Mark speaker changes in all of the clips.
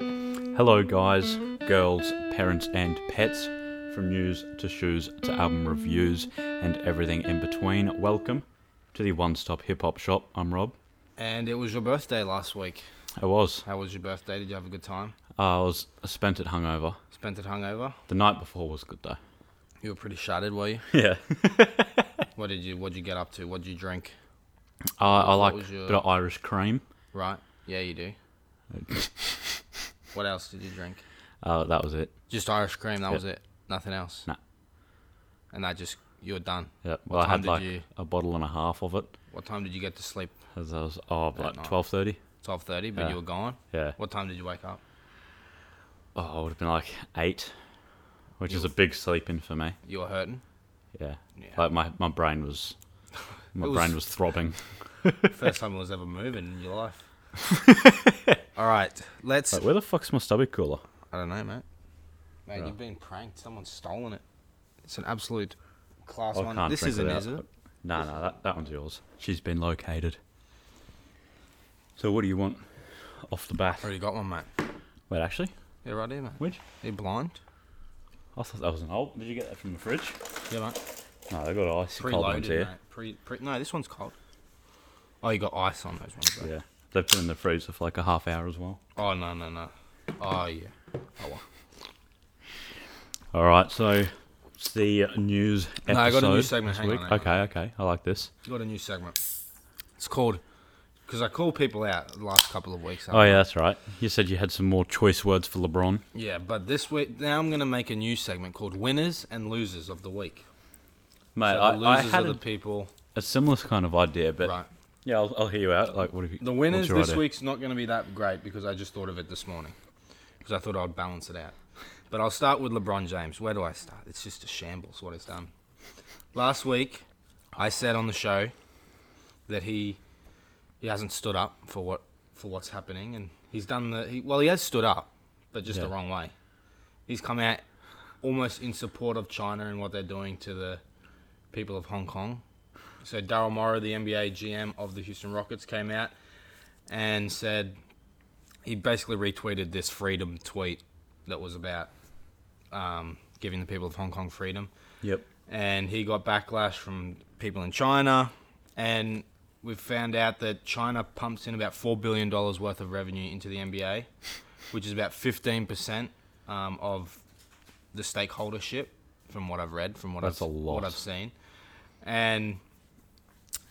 Speaker 1: Hello, guys, girls, parents, and pets. From news to shoes to album reviews and everything in between. Welcome to the one stop hip hop shop. I'm Rob.
Speaker 2: And it was your birthday last week.
Speaker 1: I was.
Speaker 2: How was your birthday? Did you have a good time?
Speaker 1: I was I spent it hungover.
Speaker 2: Spent it hungover?
Speaker 1: The night before was good though.
Speaker 2: You were pretty shattered, were you?
Speaker 1: Yeah.
Speaker 2: What did you What did you get up to? What did you drink?
Speaker 1: I, I like
Speaker 2: was your-
Speaker 1: a bit of Irish cream.
Speaker 2: Right? Yeah, you do. What else did you drink?
Speaker 1: Uh, that was it.
Speaker 2: Just Irish cream. That was it. Nothing else.
Speaker 1: Nah.
Speaker 2: And that just you're done.
Speaker 1: Yeah. Well, I
Speaker 2: time
Speaker 1: had
Speaker 2: did
Speaker 1: like
Speaker 2: you-
Speaker 1: a bottle and a half of it.
Speaker 2: What time did you get to sleep?
Speaker 1: As I was oh, like
Speaker 2: night.
Speaker 1: twelve thirty.
Speaker 2: Twelve thirty, but
Speaker 1: Yeah.
Speaker 2: you were gone.
Speaker 1: Yeah.
Speaker 2: What time did you wake up?
Speaker 1: Oh, I would have been like eight, which is a big sleep in for me.
Speaker 2: You were hurting.
Speaker 1: Yeah.
Speaker 2: Yeah.
Speaker 1: Like my, my brain was my
Speaker 2: It was-
Speaker 1: brain was throbbing.
Speaker 2: First time I was ever moving in your life. All right, let's.
Speaker 1: Like, where the fuck's my stubby cooler?
Speaker 2: I don't know, mate. Mate, you've been pranked. Someone's stolen it. It's an absolute class
Speaker 1: Oh, I
Speaker 2: one.
Speaker 1: can't
Speaker 2: this
Speaker 1: think
Speaker 2: isn't,
Speaker 1: without-
Speaker 2: is it?
Speaker 1: No, no, that, that one's yours. She's been located. So what do you want off the bat?
Speaker 2: Already got one, mate.
Speaker 1: Wait, actually,
Speaker 2: Yeah, right here, mate.
Speaker 1: which?
Speaker 2: Are you blind?
Speaker 1: I thought that was an old. Did you get that from the fridge?
Speaker 2: Yeah, mate.
Speaker 1: No, they got ice cold ones
Speaker 2: Preloaded, mate.
Speaker 1: here.
Speaker 2: Pre, pre, no, this one's cold. Oh, you got ice on those ones, though.
Speaker 1: Yeah, they've been in the freezer for like a half hour as well.
Speaker 2: Oh, no, no, no. Oh, yeah. Oh, well.
Speaker 1: All right, so it's the news episode.
Speaker 2: No, I got a new segment,
Speaker 1: this
Speaker 2: hang on,
Speaker 1: week.
Speaker 2: hang on.
Speaker 1: okay, okay, I like this.
Speaker 2: You got a new segment. It's called... Because I call people out the last couple of weeks.
Speaker 1: Oh yeah, that's right. You said you had some more choice words for LeBron.
Speaker 2: Yeah, but this week... Now I'm going to make a new segment called Winners and Losers of the Week.
Speaker 1: Mate,
Speaker 2: So the
Speaker 1: I, I
Speaker 2: losers
Speaker 1: had
Speaker 2: are
Speaker 1: a,
Speaker 2: the people...
Speaker 1: a similar kind of idea, but
Speaker 2: Right.
Speaker 1: yeah, I'll, I'll hear you out. Like, what have you,
Speaker 2: The
Speaker 1: what's
Speaker 2: winners
Speaker 1: your
Speaker 2: this
Speaker 1: idea?
Speaker 2: week's not going to be that great because I just thought of it this morning because I thought I'd balance it out. But I'll start with LeBron James. Where do I start? It's just a shambles what he's done. Last week, I said on the show that he he hasn't stood up for what for what's happening, and he's done the he, well. He has stood up, but just the
Speaker 1: Yeah.
Speaker 2: wrong way. He's come out almost in support of China and what they're doing to the people of Hong Kong. So Daryl Morrow, the NBA GM of the Houston Rockets, came out and said he basically retweeted this freedom tweet that was about um, giving the people of Hong Kong freedom,
Speaker 1: Yep.
Speaker 2: and he got backlash from people in China, and we've found out that China pumps in about four billion dollars worth of revenue into the NBA, which is about fifteen percent um, of the stakeholdership, from what I've read, from what
Speaker 1: That's
Speaker 2: I've
Speaker 1: a lot.
Speaker 2: what I've seen, and.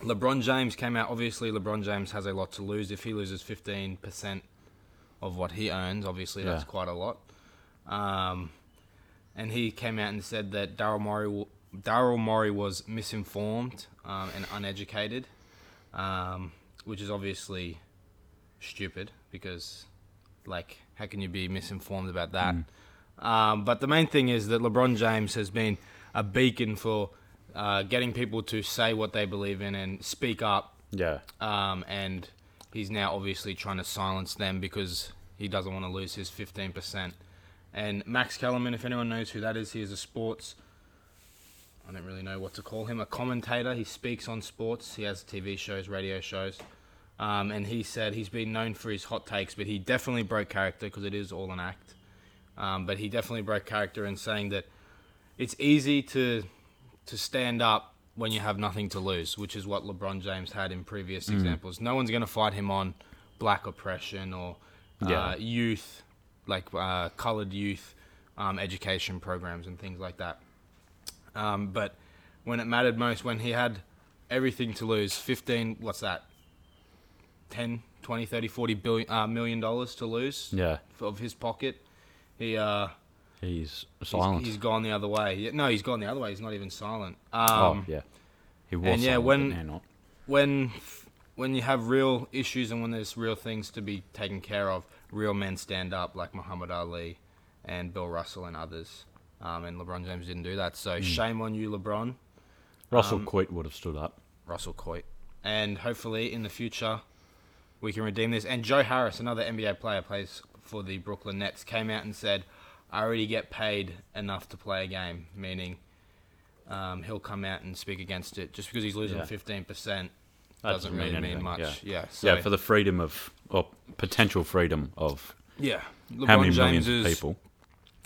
Speaker 2: LeBron James came out. Obviously, LeBron James has a lot to lose. If he loses 15% of what he earns, obviously, that's
Speaker 1: Yeah.
Speaker 2: quite a lot. Um, and he came out and said that Daryl Morey, w- Daryl Morey was misinformed um, and uneducated, um, which is obviously stupid because, like, how can you be misinformed about that? Um, but the main thing is that LeBron James has been a beacon for uh, getting people to say what they believe in and speak up
Speaker 1: Yeah.
Speaker 2: um, and he's now obviously trying to silence them because he doesn't want to lose his 15%. And Max Kellerman, if anyone knows who that is, he is a sports. I don't really know what to call him. A commentator. He speaks on sports. He has TV shows, radio shows. Um, and he said he's been known for his hot takes, but he definitely broke character because it is all an act. Um, but he definitely broke character in saying that it's easy to to stand up when you have nothing to lose, which is what LeBron James had in previous
Speaker 1: Mm.
Speaker 2: examples. No one's going to fight him on black oppression or uh,
Speaker 1: Yeah.
Speaker 2: youth, like uh, colored youth um, education programs and things like that. Um, but when it mattered most, when he had everything to lose, 15, what's that? 10, 20, 30, 40 billion, uh, million dollars to lose
Speaker 1: Yeah.
Speaker 2: of his pocket. He, uh,
Speaker 1: He's
Speaker 2: He's-
Speaker 1: silent.
Speaker 2: he's gone the other way. Yeah, No, he's gone the other way. He's not even silent.
Speaker 1: oh,
Speaker 2: Um,
Speaker 1: yeah. He was
Speaker 2: and yeah,
Speaker 1: silent,
Speaker 2: when-
Speaker 1: but now not.
Speaker 2: When when you have real issues and when there's real things to be taken care of, real men stand up, like Muhammad Ali and Bill Russell and others. Um, and LeBron James didn't do that.
Speaker 1: Hmm.
Speaker 2: So shame on you, LeBron.
Speaker 1: Russell
Speaker 2: um,
Speaker 1: Coit would have stood up.
Speaker 2: Russell Coit. And hopefully in the future, we can redeem this. And Joe Harris, another NBA player, plays for the Brooklyn Nets, came out and said, I already get paid enough to play a game, meaning um, he'll come out and speak against it. Just because he's losing
Speaker 1: Yeah.
Speaker 2: 15% doesn't,
Speaker 1: That doesn't mean
Speaker 2: really mean
Speaker 1: anything,
Speaker 2: much.
Speaker 1: yeah.
Speaker 2: Yeah, so
Speaker 1: yeah, for the freedom of, or potential freedom of
Speaker 2: Yeah. LeBron
Speaker 1: how many
Speaker 2: James
Speaker 1: millions of
Speaker 2: is,
Speaker 1: people.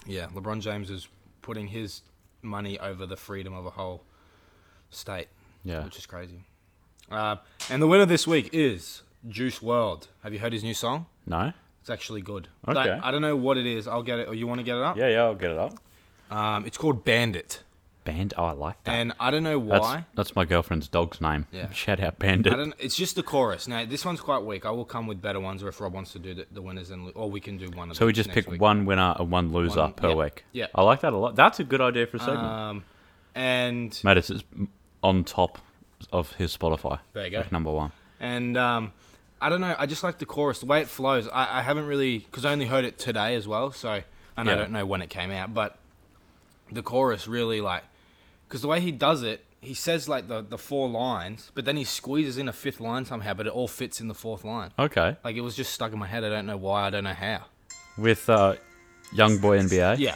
Speaker 2: Yeah, LeBron James is putting his money over the freedom of a whole state,
Speaker 1: Yeah.
Speaker 2: which is crazy. Uh, and the winner this week is Juice World. Have you heard his new song?
Speaker 1: No.
Speaker 2: It's actually good.
Speaker 1: Okay.
Speaker 2: Like, I don't know what it is. I'll get it. Or you want to get it up?
Speaker 1: Yeah, yeah, I'll get it up.
Speaker 2: Um, it's called Bandit,
Speaker 1: Band. Oh, I like that.
Speaker 2: and I don't know
Speaker 1: That's,
Speaker 2: why.
Speaker 1: That's my girlfriend's dog's name.
Speaker 2: Yeah.
Speaker 1: Shout out
Speaker 2: I
Speaker 1: Bandit.
Speaker 2: don't. It's just the chorus. Now this one's quite weak. I will come with better ones, or if Rob wants to do the, the winners, and lo- or we can do one of them.
Speaker 1: So we just
Speaker 2: next
Speaker 1: pick
Speaker 2: week.
Speaker 1: one winner and one loser
Speaker 2: One-
Speaker 1: per
Speaker 2: yeah,
Speaker 1: week.
Speaker 2: yeah.
Speaker 1: I like that a lot. That's a good idea for a segment.
Speaker 2: Um, and
Speaker 1: Mate, it's it's on top of his Spotify.
Speaker 2: There you go.
Speaker 1: Like number one.
Speaker 2: and um, I don't know. I just like the chorus, the way it flows. I, I haven't really because I only heard it today as well, so and I
Speaker 1: Yeah.
Speaker 2: don't know when it came out, but the chorus really like because the way he does it, he says like the the four lines, but then he squeezes in a fifth line somehow, but it all fits in the fourth line.
Speaker 1: Okay.
Speaker 2: Like it was just stuck in my head. I don't know why. I don't know how.
Speaker 1: With uh, Young Boy NBA.
Speaker 2: Yeah,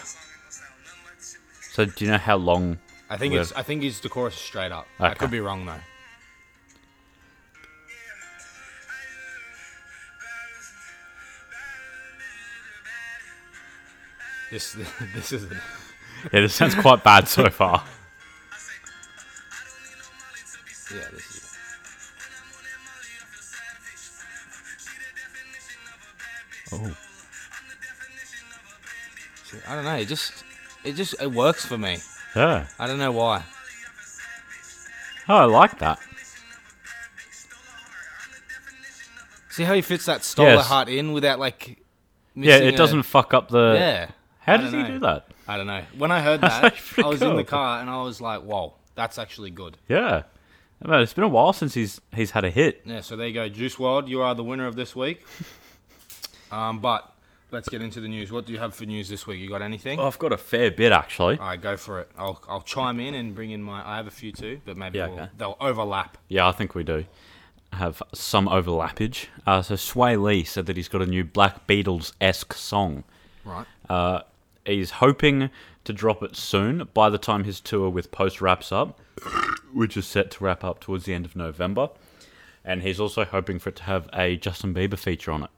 Speaker 1: So do you know how long?
Speaker 2: I think
Speaker 1: Weird.
Speaker 2: it's I think it's the chorus is straight up. I
Speaker 1: Okay.
Speaker 2: could be wrong though. This this is
Speaker 1: Yeah, this sounds quite bad so far.
Speaker 2: yeah this is.
Speaker 1: Oh.
Speaker 2: I don't know. It just it just it works for me.
Speaker 1: Yeah.
Speaker 2: I don't know why.
Speaker 1: Oh, I like that.
Speaker 2: See how he fits that stole
Speaker 1: Yes.
Speaker 2: heart in without like.
Speaker 1: Yeah,
Speaker 2: missing
Speaker 1: it
Speaker 2: a-
Speaker 1: doesn't fuck up the.
Speaker 2: yeah.
Speaker 1: How
Speaker 2: I
Speaker 1: did
Speaker 2: don't
Speaker 1: he do
Speaker 2: know.
Speaker 1: that?
Speaker 2: I don't know. When I heard that,
Speaker 1: pretty
Speaker 2: I was in
Speaker 1: cool.
Speaker 2: the car and I was like, "Whoa, that's actually good."
Speaker 1: Yeah. Mate, it's been a while since he's he's had a hit.
Speaker 2: Yeah, so there you go, Juice World. You are the winner of this week. um, but let's get into the news. What do you have for news this week? You got anything?
Speaker 1: I've got a fair bit actually.
Speaker 2: All right, go for it. I'll I'll chime in and bring in my. I have a few too, but maybe
Speaker 1: Yeah,
Speaker 2: we'll,
Speaker 1: okay.
Speaker 2: they'll overlap.
Speaker 1: Yeah, I think we do have some overlappage. Uh, so Sway Lee said that he's got a new Black Beatles esque song.
Speaker 2: Right.
Speaker 1: Uh, he's hoping to drop it soon by the time his tour with Post wraps up, which is set to wrap up towards the end of November. And he's also hoping for it to have a Justin Bieber feature on it.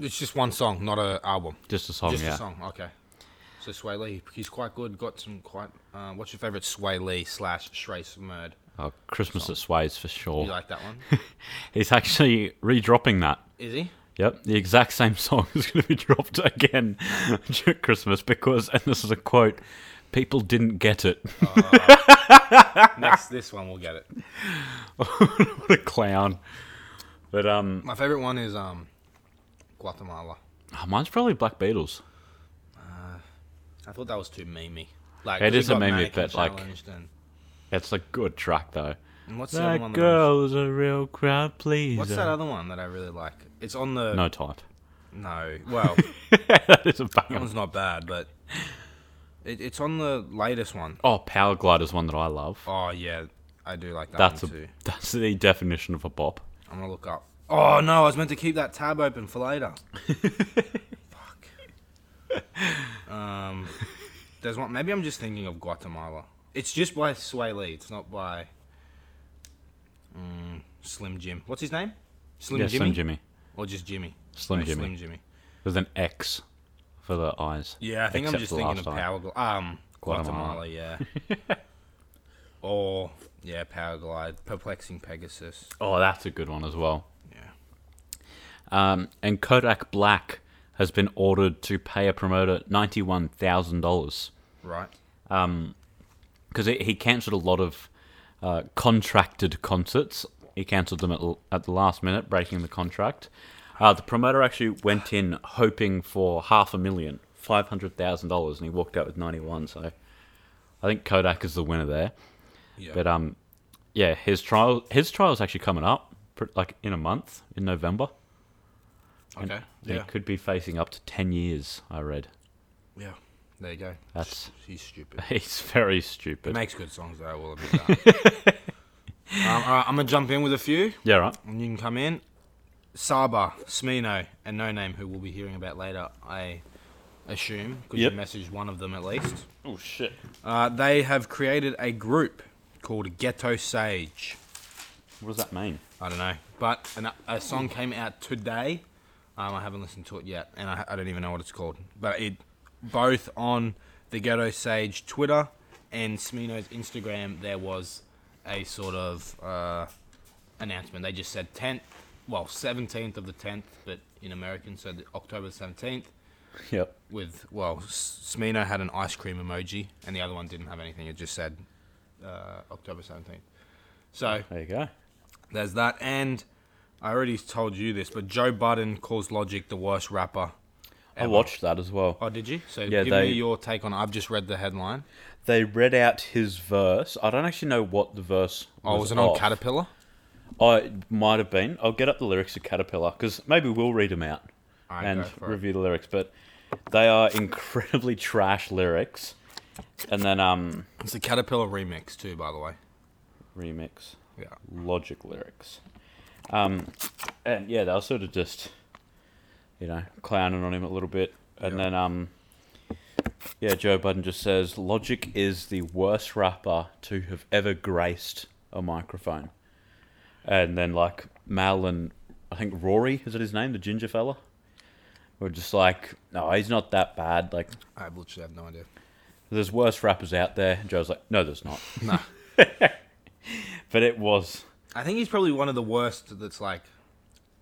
Speaker 2: It's just one song, not an album.
Speaker 1: Just a song,
Speaker 2: just
Speaker 1: yeah.
Speaker 2: a song. Okay. So Sway Lee, he's quite good. Got some quite. Uh, what's your favorite Sway Lee slash Shrey Smurd?
Speaker 1: Oh, Christmas at Sway's for
Speaker 2: You
Speaker 1: sure.
Speaker 2: like that one?
Speaker 1: He's actually redropping that.
Speaker 2: Is he?
Speaker 1: Yep, the exact same song is going to be dropped again during Christmas because, and this is a quote, people didn't get it.
Speaker 2: Next, this one we'll get it.
Speaker 1: what a clown. But um,
Speaker 2: My favorite one is um, Guatemala.
Speaker 1: oh, mine's probably Black Beatles.
Speaker 2: I thought that was too memey. Like
Speaker 1: It
Speaker 2: 'cause we
Speaker 1: is a
Speaker 2: got
Speaker 1: memey
Speaker 2: Mannequin
Speaker 1: bit, like-
Speaker 2: Challenged and,
Speaker 1: It's a good track though.
Speaker 2: and what's the other
Speaker 1: That
Speaker 2: one? That I was-
Speaker 1: girl's a real crowd pleaser.
Speaker 2: what's that other one that I really like? It's on the
Speaker 1: No type.
Speaker 2: no. Well,
Speaker 1: that is a
Speaker 2: that
Speaker 1: banger.
Speaker 2: one's not bad, but it, it's on the latest one.
Speaker 1: Oh, Power Glide is one that I love.
Speaker 2: Oh yeah, I do like that
Speaker 1: That's a
Speaker 2: one too.
Speaker 1: that's the definition of a bop.
Speaker 2: I'm gonna look up. Oh no, I was meant to keep that tab open for later. Fuck. Um, there's one. Maybe I'm just thinking of Guatemala. It's just by Sway Lee. It's not by mm, Slim Jim. What's his name? Slim
Speaker 1: yeah,
Speaker 2: Jimmy.
Speaker 1: Slim Jimmy
Speaker 2: Or just Jimmy.
Speaker 1: Slim
Speaker 2: No,
Speaker 1: Jimmy.
Speaker 2: Slim Jimmy.
Speaker 1: with an X for the eyes.
Speaker 2: Yeah, I think I'm
Speaker 1: Except
Speaker 2: just
Speaker 1: for
Speaker 2: thinking
Speaker 1: last
Speaker 2: of
Speaker 1: time.
Speaker 2: Power Glide. Um, Guatemala,
Speaker 1: Guatemala.
Speaker 2: yeah. or yeah, Power Glide, Perplexing Pegasus.
Speaker 1: Oh, that's a good one as well.
Speaker 2: Yeah.
Speaker 1: Um, and Kodak Black has been ordered to pay a promoter ninety-one thousand dollars
Speaker 2: Right.
Speaker 1: because he, he cancelled a lot of uh, contracted concerts. He cancelled them at, l- at the last minute, breaking the contract. Uh, the promoter actually went in hoping for half a million, five hundred thousand dollars, and he walked out with ninety-one. So, I think Kodak is the winner there.
Speaker 2: Yeah.
Speaker 1: But um, yeah, his trial his trial is actually coming up pr- like in a month in November.
Speaker 2: okay.
Speaker 1: And
Speaker 2: Yeah.
Speaker 1: He could be facing up to ten years. I read.
Speaker 2: Yeah. There you go.
Speaker 1: That's-
Speaker 2: he's stupid.
Speaker 1: He's very stupid.
Speaker 2: Makes good songs though. I will admit that. um, all right, I'm gonna jump in with a few,
Speaker 1: yeah, right.
Speaker 2: and you can come in. Saba, Smino, and No Name, who we'll be hearing about later, I assume, because
Speaker 1: Yep.
Speaker 2: you messaged one of them at least.
Speaker 1: Oh shit.
Speaker 2: Uh, they have created a group called Ghetto Sage.
Speaker 1: What does that mean?
Speaker 2: I don't know, but an, a song came out today Um, I haven't listened to it yet, and I, I don't even know what it's called. But it both on the Ghetto Sage Twitter and Smino's Instagram, there was a sort of uh, announcement. They just said 10th, well, 17th of the 10th, but in American, so the- October the 17th.
Speaker 1: Yep.
Speaker 2: With well, S- Smino had an ice cream emoji, and the other one didn't have anything. It just said uh, October 17th. So
Speaker 1: There you go.
Speaker 2: there's that, and I already told you this, but Joe Budden calls Logic the worst rapper.
Speaker 1: I watched that as well.
Speaker 2: Oh, did you? So
Speaker 1: Yeah,
Speaker 2: give
Speaker 1: they-
Speaker 2: me your take on. it. I've just read the headline.
Speaker 1: They read out his verse. I don't actually know what the verse
Speaker 2: Oh,
Speaker 1: was.
Speaker 2: was it on
Speaker 1: of.
Speaker 2: Caterpillar?
Speaker 1: Oh, it might have been. I'll get up the lyrics of Caterpillar because maybe we'll read them out
Speaker 2: Alright,
Speaker 1: and
Speaker 2: go for it.
Speaker 1: review the lyrics. But they are incredibly trash lyrics. And then um,
Speaker 2: It's a Caterpillar remix too, by the way.
Speaker 1: remix.
Speaker 2: Yeah.
Speaker 1: logic lyrics. Um, and yeah, they were sort of just, you know, clowning on him a little bit. And
Speaker 2: Yeah.
Speaker 1: then, um, yeah, Joe Budden just says, Logic is the worst rapper to have ever graced a microphone. And then, like, Mal and I think Rory, is it his name? The ginger fella? Were just like, no, he's not that bad. Like,
Speaker 2: I literally have no idea.
Speaker 1: there's worse rappers out there. And Joe's like, no, there's not.
Speaker 2: No.
Speaker 1: But it was
Speaker 2: I think he's probably one of the worst. That's like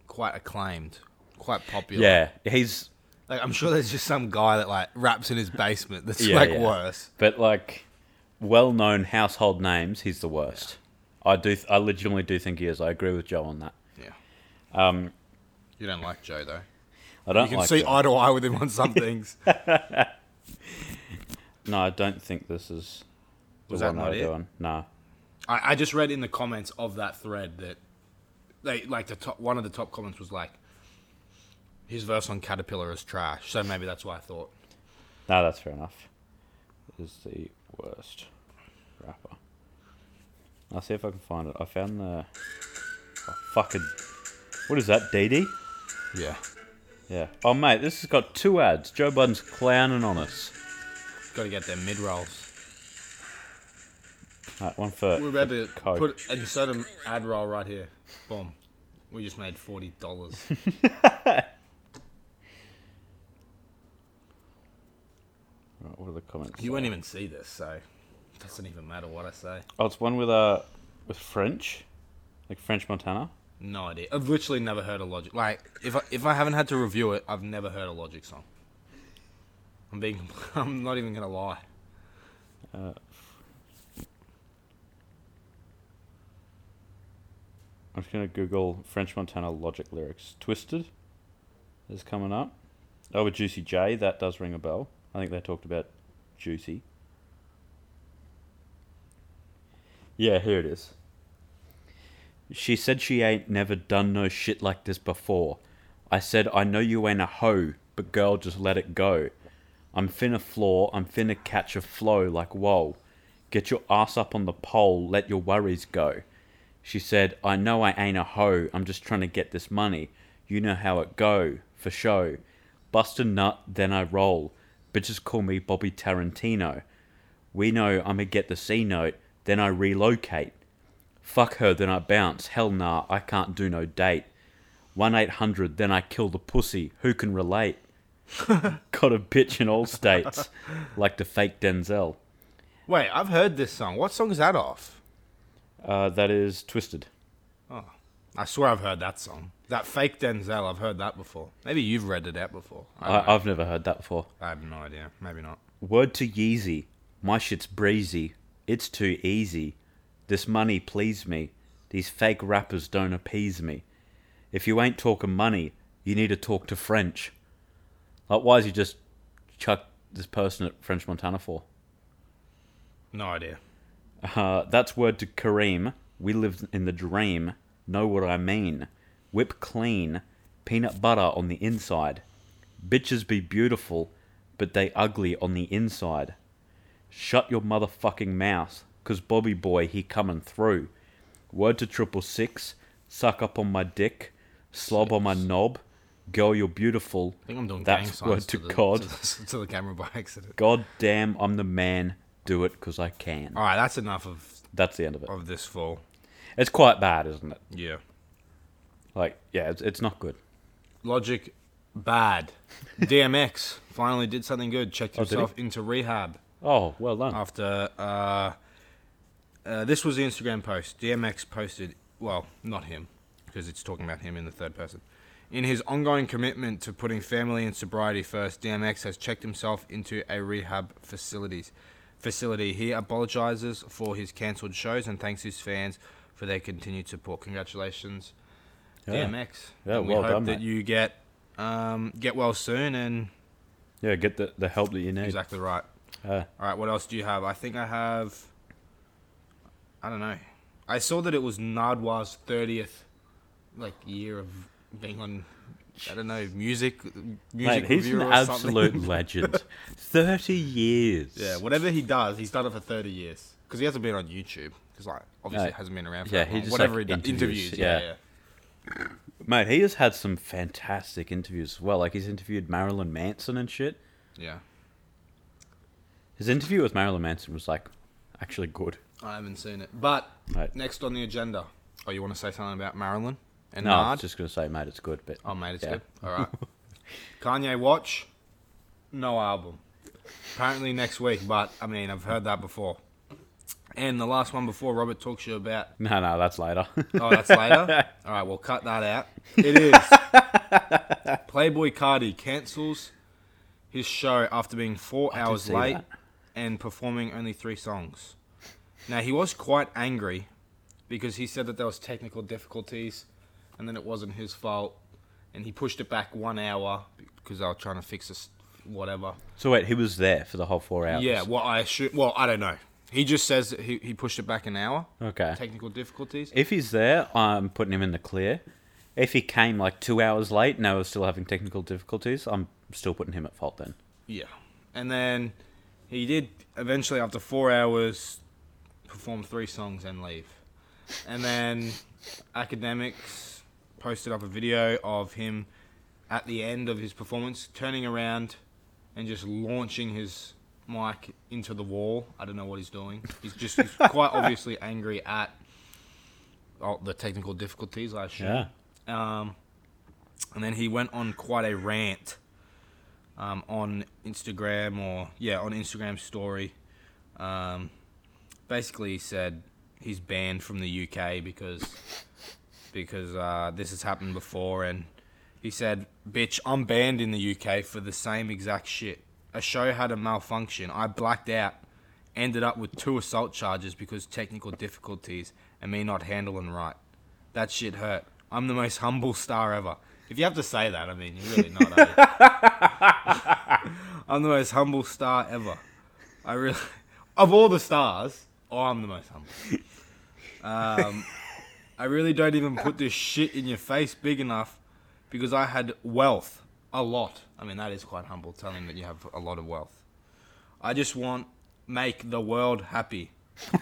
Speaker 2: quite acclaimed, quite popular.
Speaker 1: Yeah, he's.
Speaker 2: Like I'm sure there's just some guy that like raps in his basement. That's
Speaker 1: Yeah,
Speaker 2: like
Speaker 1: yeah.
Speaker 2: worse.
Speaker 1: But like, well-known household names, he's the worst. I do. Th- I legitimately do think he is. I agree with Joe on that.
Speaker 2: Yeah. Um. You don't like Joe though.
Speaker 1: I don't
Speaker 2: You can
Speaker 1: like.
Speaker 2: see
Speaker 1: Joe.
Speaker 2: eye to eye with him on some things.
Speaker 1: no, I don't think this is. The
Speaker 2: Was that
Speaker 1: one
Speaker 2: not
Speaker 1: I
Speaker 2: it?
Speaker 1: doing. No.
Speaker 2: I, I just read in the comments of that thread that they like the top one of the top comments was like his verse on Caterpillar is trash. So maybe that's why I thought.
Speaker 1: No, that's fair enough. Is the worst rapper. I'll see if I can find it. I found the. Oh, fucking. What is that? DD?
Speaker 2: Yeah.
Speaker 1: Yeah. Oh mate, this has got two ads. Joe Budden's clowning on us.
Speaker 2: Got to get their mid rolls.
Speaker 1: Right, one for.
Speaker 2: We're about to
Speaker 1: Coke.
Speaker 2: put insert an ad roll right here. Boom. We just made forty dollars.
Speaker 1: Right, what are the comments?
Speaker 2: you
Speaker 1: say?
Speaker 2: won't even see this, so it doesn't even matter what I say.
Speaker 1: Oh, it's one with uh with French, like French Montana.
Speaker 2: No idea. I've literally never heard a Logic. Like if I, if I haven't had to review it, I've never heard a Logic song. I'm being. I'm not even gonna lie.
Speaker 1: I'm just gonna Google French Montana Logic lyrics. Twisted is coming up. Oh, with Juicy J, that does ring a bell. I think they talked about Juicy. Yeah, here it is. She said she ain't never done no shit like this before. I said, I know you ain't a hoe, but girl, just let it go. I'm finna floor, I'm finna catch a flow like whoa. Get your ass up on the pole, let your worries go. She said, I know I ain't a hoe, I'm just trying to get this money. You know how it go, for show. Bust a nut, then I roll. Bitches call me Bobby Tarantino. We know I'ma get the C note, then I relocate. Fuck her, then I bounce. Hell nah, I can't do no date. 1 800, then I kill the pussy. Who can relate? Got a bitch in all states, like the fake Denzel.
Speaker 2: Wait, I've heard this song. What song is that off?
Speaker 1: Uh, that is twisted.
Speaker 2: I swear I've heard that song. That fake Denzel, I've heard that before. Maybe you've read it out before. I, don't know.
Speaker 1: I, I've never heard that before.
Speaker 2: I have no idea. Maybe not.
Speaker 1: Word to Yeezy, my shit's breezy. It's too easy. This money please me. These fake rappers don't appease me. If you ain't talking money, you need to talk to French. Like, why is he just chuck this person at French Montana for?
Speaker 2: No idea.
Speaker 1: Uh, that's word to Kareem. We live in the dream. Know what I mean? Whip clean, peanut butter on the inside. Bitches be beautiful, but they ugly on the inside. Shut your motherfucking mouth, 'cause Bobby Boy he comin' through. Word to triple six. Suck up on my dick, slob on my knob. Girl, you're beautiful.
Speaker 2: I think I'm doing gang
Speaker 1: That's
Speaker 2: signs
Speaker 1: word to
Speaker 2: the,
Speaker 1: God.
Speaker 2: To the, to the camera by accident.
Speaker 1: God damn, I'm the man. Do it 'cause I can.
Speaker 2: All right, that's enough of
Speaker 1: That's the end of it.
Speaker 2: of this fall.
Speaker 1: It's quite bad, isn't it?
Speaker 2: Yeah.
Speaker 1: Like, yeah, it's, it's not good.
Speaker 2: Logic bad. DMX finally did something good. Checked
Speaker 1: Oh, did he?
Speaker 2: himself into rehab
Speaker 1: Oh, well done.
Speaker 2: after. Uh, uh, this was the Instagram post. DMX posted, well, not him, because it's talking about him in the third person. In his ongoing commitment to putting family and sobriety first, DMX has checked himself into a rehab facilities facility. He apologizes for his cancelled shows and thanks his fans for their continued support. Congratulations,
Speaker 1: Yeah.
Speaker 2: DMX.
Speaker 1: Yeah,
Speaker 2: and we
Speaker 1: well
Speaker 2: hope
Speaker 1: done,
Speaker 2: that
Speaker 1: mate.
Speaker 2: you get um, get well soon and
Speaker 1: Yeah, get the, the help that you need.
Speaker 2: exactly right.
Speaker 1: Uh,
Speaker 2: All right, what else do you have? I think I have. I don't know. I saw that it was Nadwa's thirtieth, like year of being on. I don't know music. Music
Speaker 1: mate, he's an
Speaker 2: reviewer or
Speaker 1: absolute
Speaker 2: Something.
Speaker 1: legend. 30 years.
Speaker 2: Yeah, whatever he does, he's done it for thirty years because he hasn't been on YouTube because like obviously
Speaker 1: No.
Speaker 2: it hasn't been around. For
Speaker 1: Yeah,
Speaker 2: that
Speaker 1: he
Speaker 2: long.
Speaker 1: just,
Speaker 2: whatever
Speaker 1: like,
Speaker 2: he does,
Speaker 1: interviews,
Speaker 2: interviews. Yeah,
Speaker 1: yeah.
Speaker 2: yeah.
Speaker 1: Mate, he has had some fantastic interviews as well. Like, he's interviewed Marilyn Manson and shit.
Speaker 2: yeah.
Speaker 1: His interview with Marilyn Manson was, like, actually good.
Speaker 2: I haven't seen it, but
Speaker 1: Right.
Speaker 2: next on the agenda. Oh, you want to say something about Marilyn and
Speaker 1: No, I
Speaker 2: Nard?
Speaker 1: was just going to say, mate, it's good. But
Speaker 2: Oh, mate, it's
Speaker 1: yeah.
Speaker 2: good. All right. Kanye Watch, no album. Apparently next week, but I mean, I've heard that before. And the last one before, Robert talks to you about.
Speaker 1: No, no, that's later.
Speaker 2: Oh, that's later? All right, we'll cut that out. It is. Playboy Cardi cancels his show after being four hours
Speaker 1: see
Speaker 2: late
Speaker 1: that.
Speaker 2: and performing only three songs. Now, he was quite angry because he said that there was technical difficulties and then it wasn't his fault and he pushed it back one hour because they were trying to fix this whatever
Speaker 1: so, wait, he was there for the whole four hours?
Speaker 2: yeah well i assume well i don't know he just says that he, he pushed it back an hour
Speaker 1: Okay.
Speaker 2: technical difficulties
Speaker 1: If he's there, I'm putting him in the clear. If he came like two hours late and I was still having technical difficulties, I'm still putting him at fault then.
Speaker 2: yeah and then he did eventually after four hours perform three songs and leave and then academics posted up a video of him at the end of his performance turning around and just launching his mic into the wall. I don't know what he's doing. He's just he's quite obviously angry at oh, the technical difficulties, I assume. Um, and then he went on quite a rant um, on Instagram or, yeah, on Instagram story. Um, basically, he said he's banned from the UK because because uh, this has happened before. And he said, Bitch, I'm banned in the UK for the same exact shit. A show had a malfunction. I blacked out, ended up with two assault charges because technical difficulties and me not handling right. That shit hurt. I'm the most humble star ever. If you have to say that, I mean, you're really not. Are you? I'm the most humble star ever. I really, of all the stars, oh, I'm the most humble. Um, I really don't even put this shit in your face big enough because I had wealth. A lot. I mean, that is quite humble, telling that you have a lot of wealth. I just want make the world happy.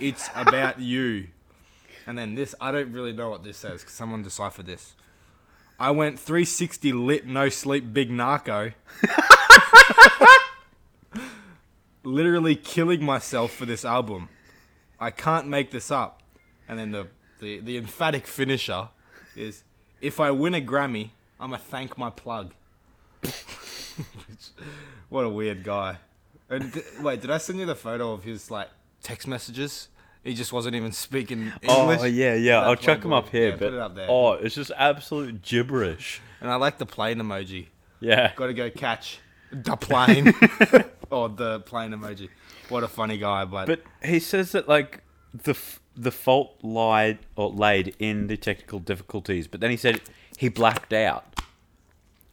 Speaker 2: It's about you. And then this, I don't really know what this says because someone deciphered this. I went 360 lit, no sleep, big narco. Literally killing myself for this album. I can't make this up. And then the, the, the emphatic finisher is if I win a Grammy, I'm going to thank my plug. what a weird guy. And d- wait, did I send you the photo of his like text messages? He just wasn't even speaking English.
Speaker 1: Oh yeah, yeah.
Speaker 2: That's
Speaker 1: I'll
Speaker 2: my
Speaker 1: chuck him
Speaker 2: boy.
Speaker 1: up here,
Speaker 2: Yeah,
Speaker 1: but
Speaker 2: put it up there.
Speaker 1: oh, it's just absolute gibberish.
Speaker 2: And I like the plane emoji.
Speaker 1: Yeah.
Speaker 2: Got to go catch the plane or the plane emoji. What a funny guy, but,
Speaker 1: But he says that like the f- the fault lied or laid in the technical difficulties, but then he said he blacked out.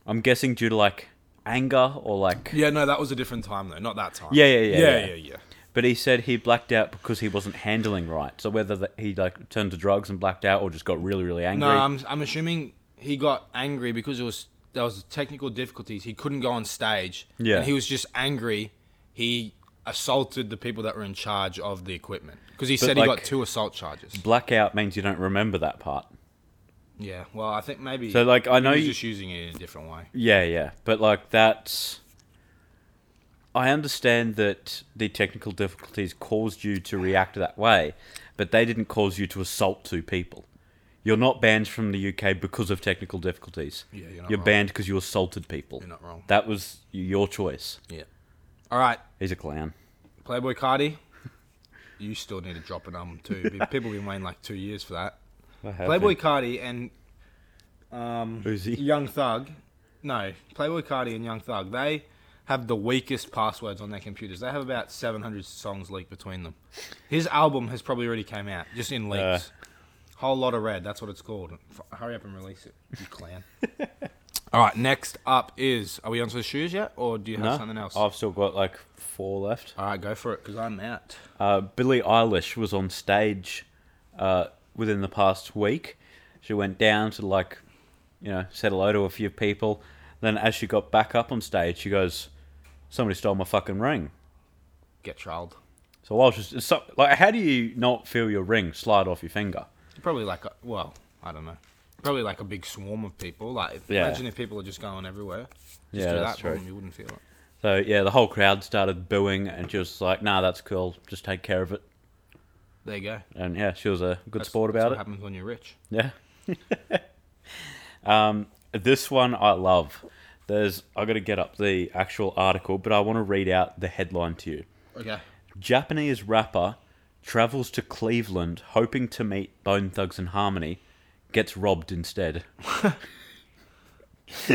Speaker 1: I'm guessing due to like anger or like.
Speaker 2: yeah, no, that was a different time though, not that time.
Speaker 1: Yeah, yeah, yeah,
Speaker 2: yeah,
Speaker 1: yeah.
Speaker 2: yeah.
Speaker 1: But he said he blacked out because he wasn't handling right. So whether that he like turned to drugs and blacked out, or just got really, really angry.
Speaker 2: No, I'm I'm assuming he got angry because it was there was technical difficulties. He couldn't go on stage.
Speaker 1: Yeah.
Speaker 2: and he was just angry. He assaulted the people that were in charge of the equipment because he said he
Speaker 1: like-
Speaker 2: got two assault charges.
Speaker 1: Blackout means you don't remember that part.
Speaker 2: Yeah, well, I think maybe
Speaker 1: So like I
Speaker 2: he
Speaker 1: know
Speaker 2: was
Speaker 1: you,
Speaker 2: just using it in a different way.
Speaker 1: Yeah, yeah. But like that's I understand that the technical difficulties caused you to react that way, but they didn't cause you to assault two people. You're not banned from the UK because of technical difficulties.
Speaker 2: Yeah, you're not
Speaker 1: You're
Speaker 2: wrong.
Speaker 1: banned because you assaulted people.
Speaker 2: You're not wrong.
Speaker 1: That was your choice.
Speaker 2: Yeah. All right,
Speaker 1: He's a clown.
Speaker 2: Playboy Cardi, you still need to drop an album too. People have been waiting like two years for that. Playboy Cardi and
Speaker 1: Who's he?
Speaker 2: Young Thug, no, Playboy Cardi and Young Thug, they have the weakest passwords on their computers. They have about 700 songs leaked between them. His album has probably already came out, just in leaks. Whole lot of red, that's what it's called. F- hurry up and release it, you clan. All right, next up is, are we onto the shoes yet, or do you have
Speaker 1: No,
Speaker 2: something else?
Speaker 1: I've still got like four left.
Speaker 2: All right, go for it, because I'm out.
Speaker 1: Uh, Billie Eilish was on stage uh, within the past week. She went down to like, you know, said hello to a few people. Then as she got back up on stage, she goes, "Somebody stole my fucking ring."
Speaker 2: Get child.
Speaker 1: So I was just it's so, like, "How do you not feel your ring slide off your finger?"
Speaker 2: Probably like, a, well, I don't know. Probably like a big swarm of people. Like,
Speaker 1: Yeah.
Speaker 2: imagine if people are just going everywhere. Just
Speaker 1: Yeah,
Speaker 2: do
Speaker 1: that's
Speaker 2: that,
Speaker 1: true.
Speaker 2: boom, you wouldn't feel it.
Speaker 1: So yeah, the whole crowd started booing, and she was like, "Nah, that's cool. Just take care of it."
Speaker 2: There you go.
Speaker 1: And yeah, she was a good
Speaker 2: That's-
Speaker 1: sport
Speaker 2: that's
Speaker 1: about
Speaker 2: what
Speaker 1: it.
Speaker 2: Happens when you're rich.
Speaker 1: Yeah. um, this one I love. There's I got to get up the actual article, but I want to read out the headline to you.
Speaker 2: Okay.
Speaker 1: Japanese rapper travels to Cleveland hoping to meet Bone Thugs and Harmony, gets robbed instead.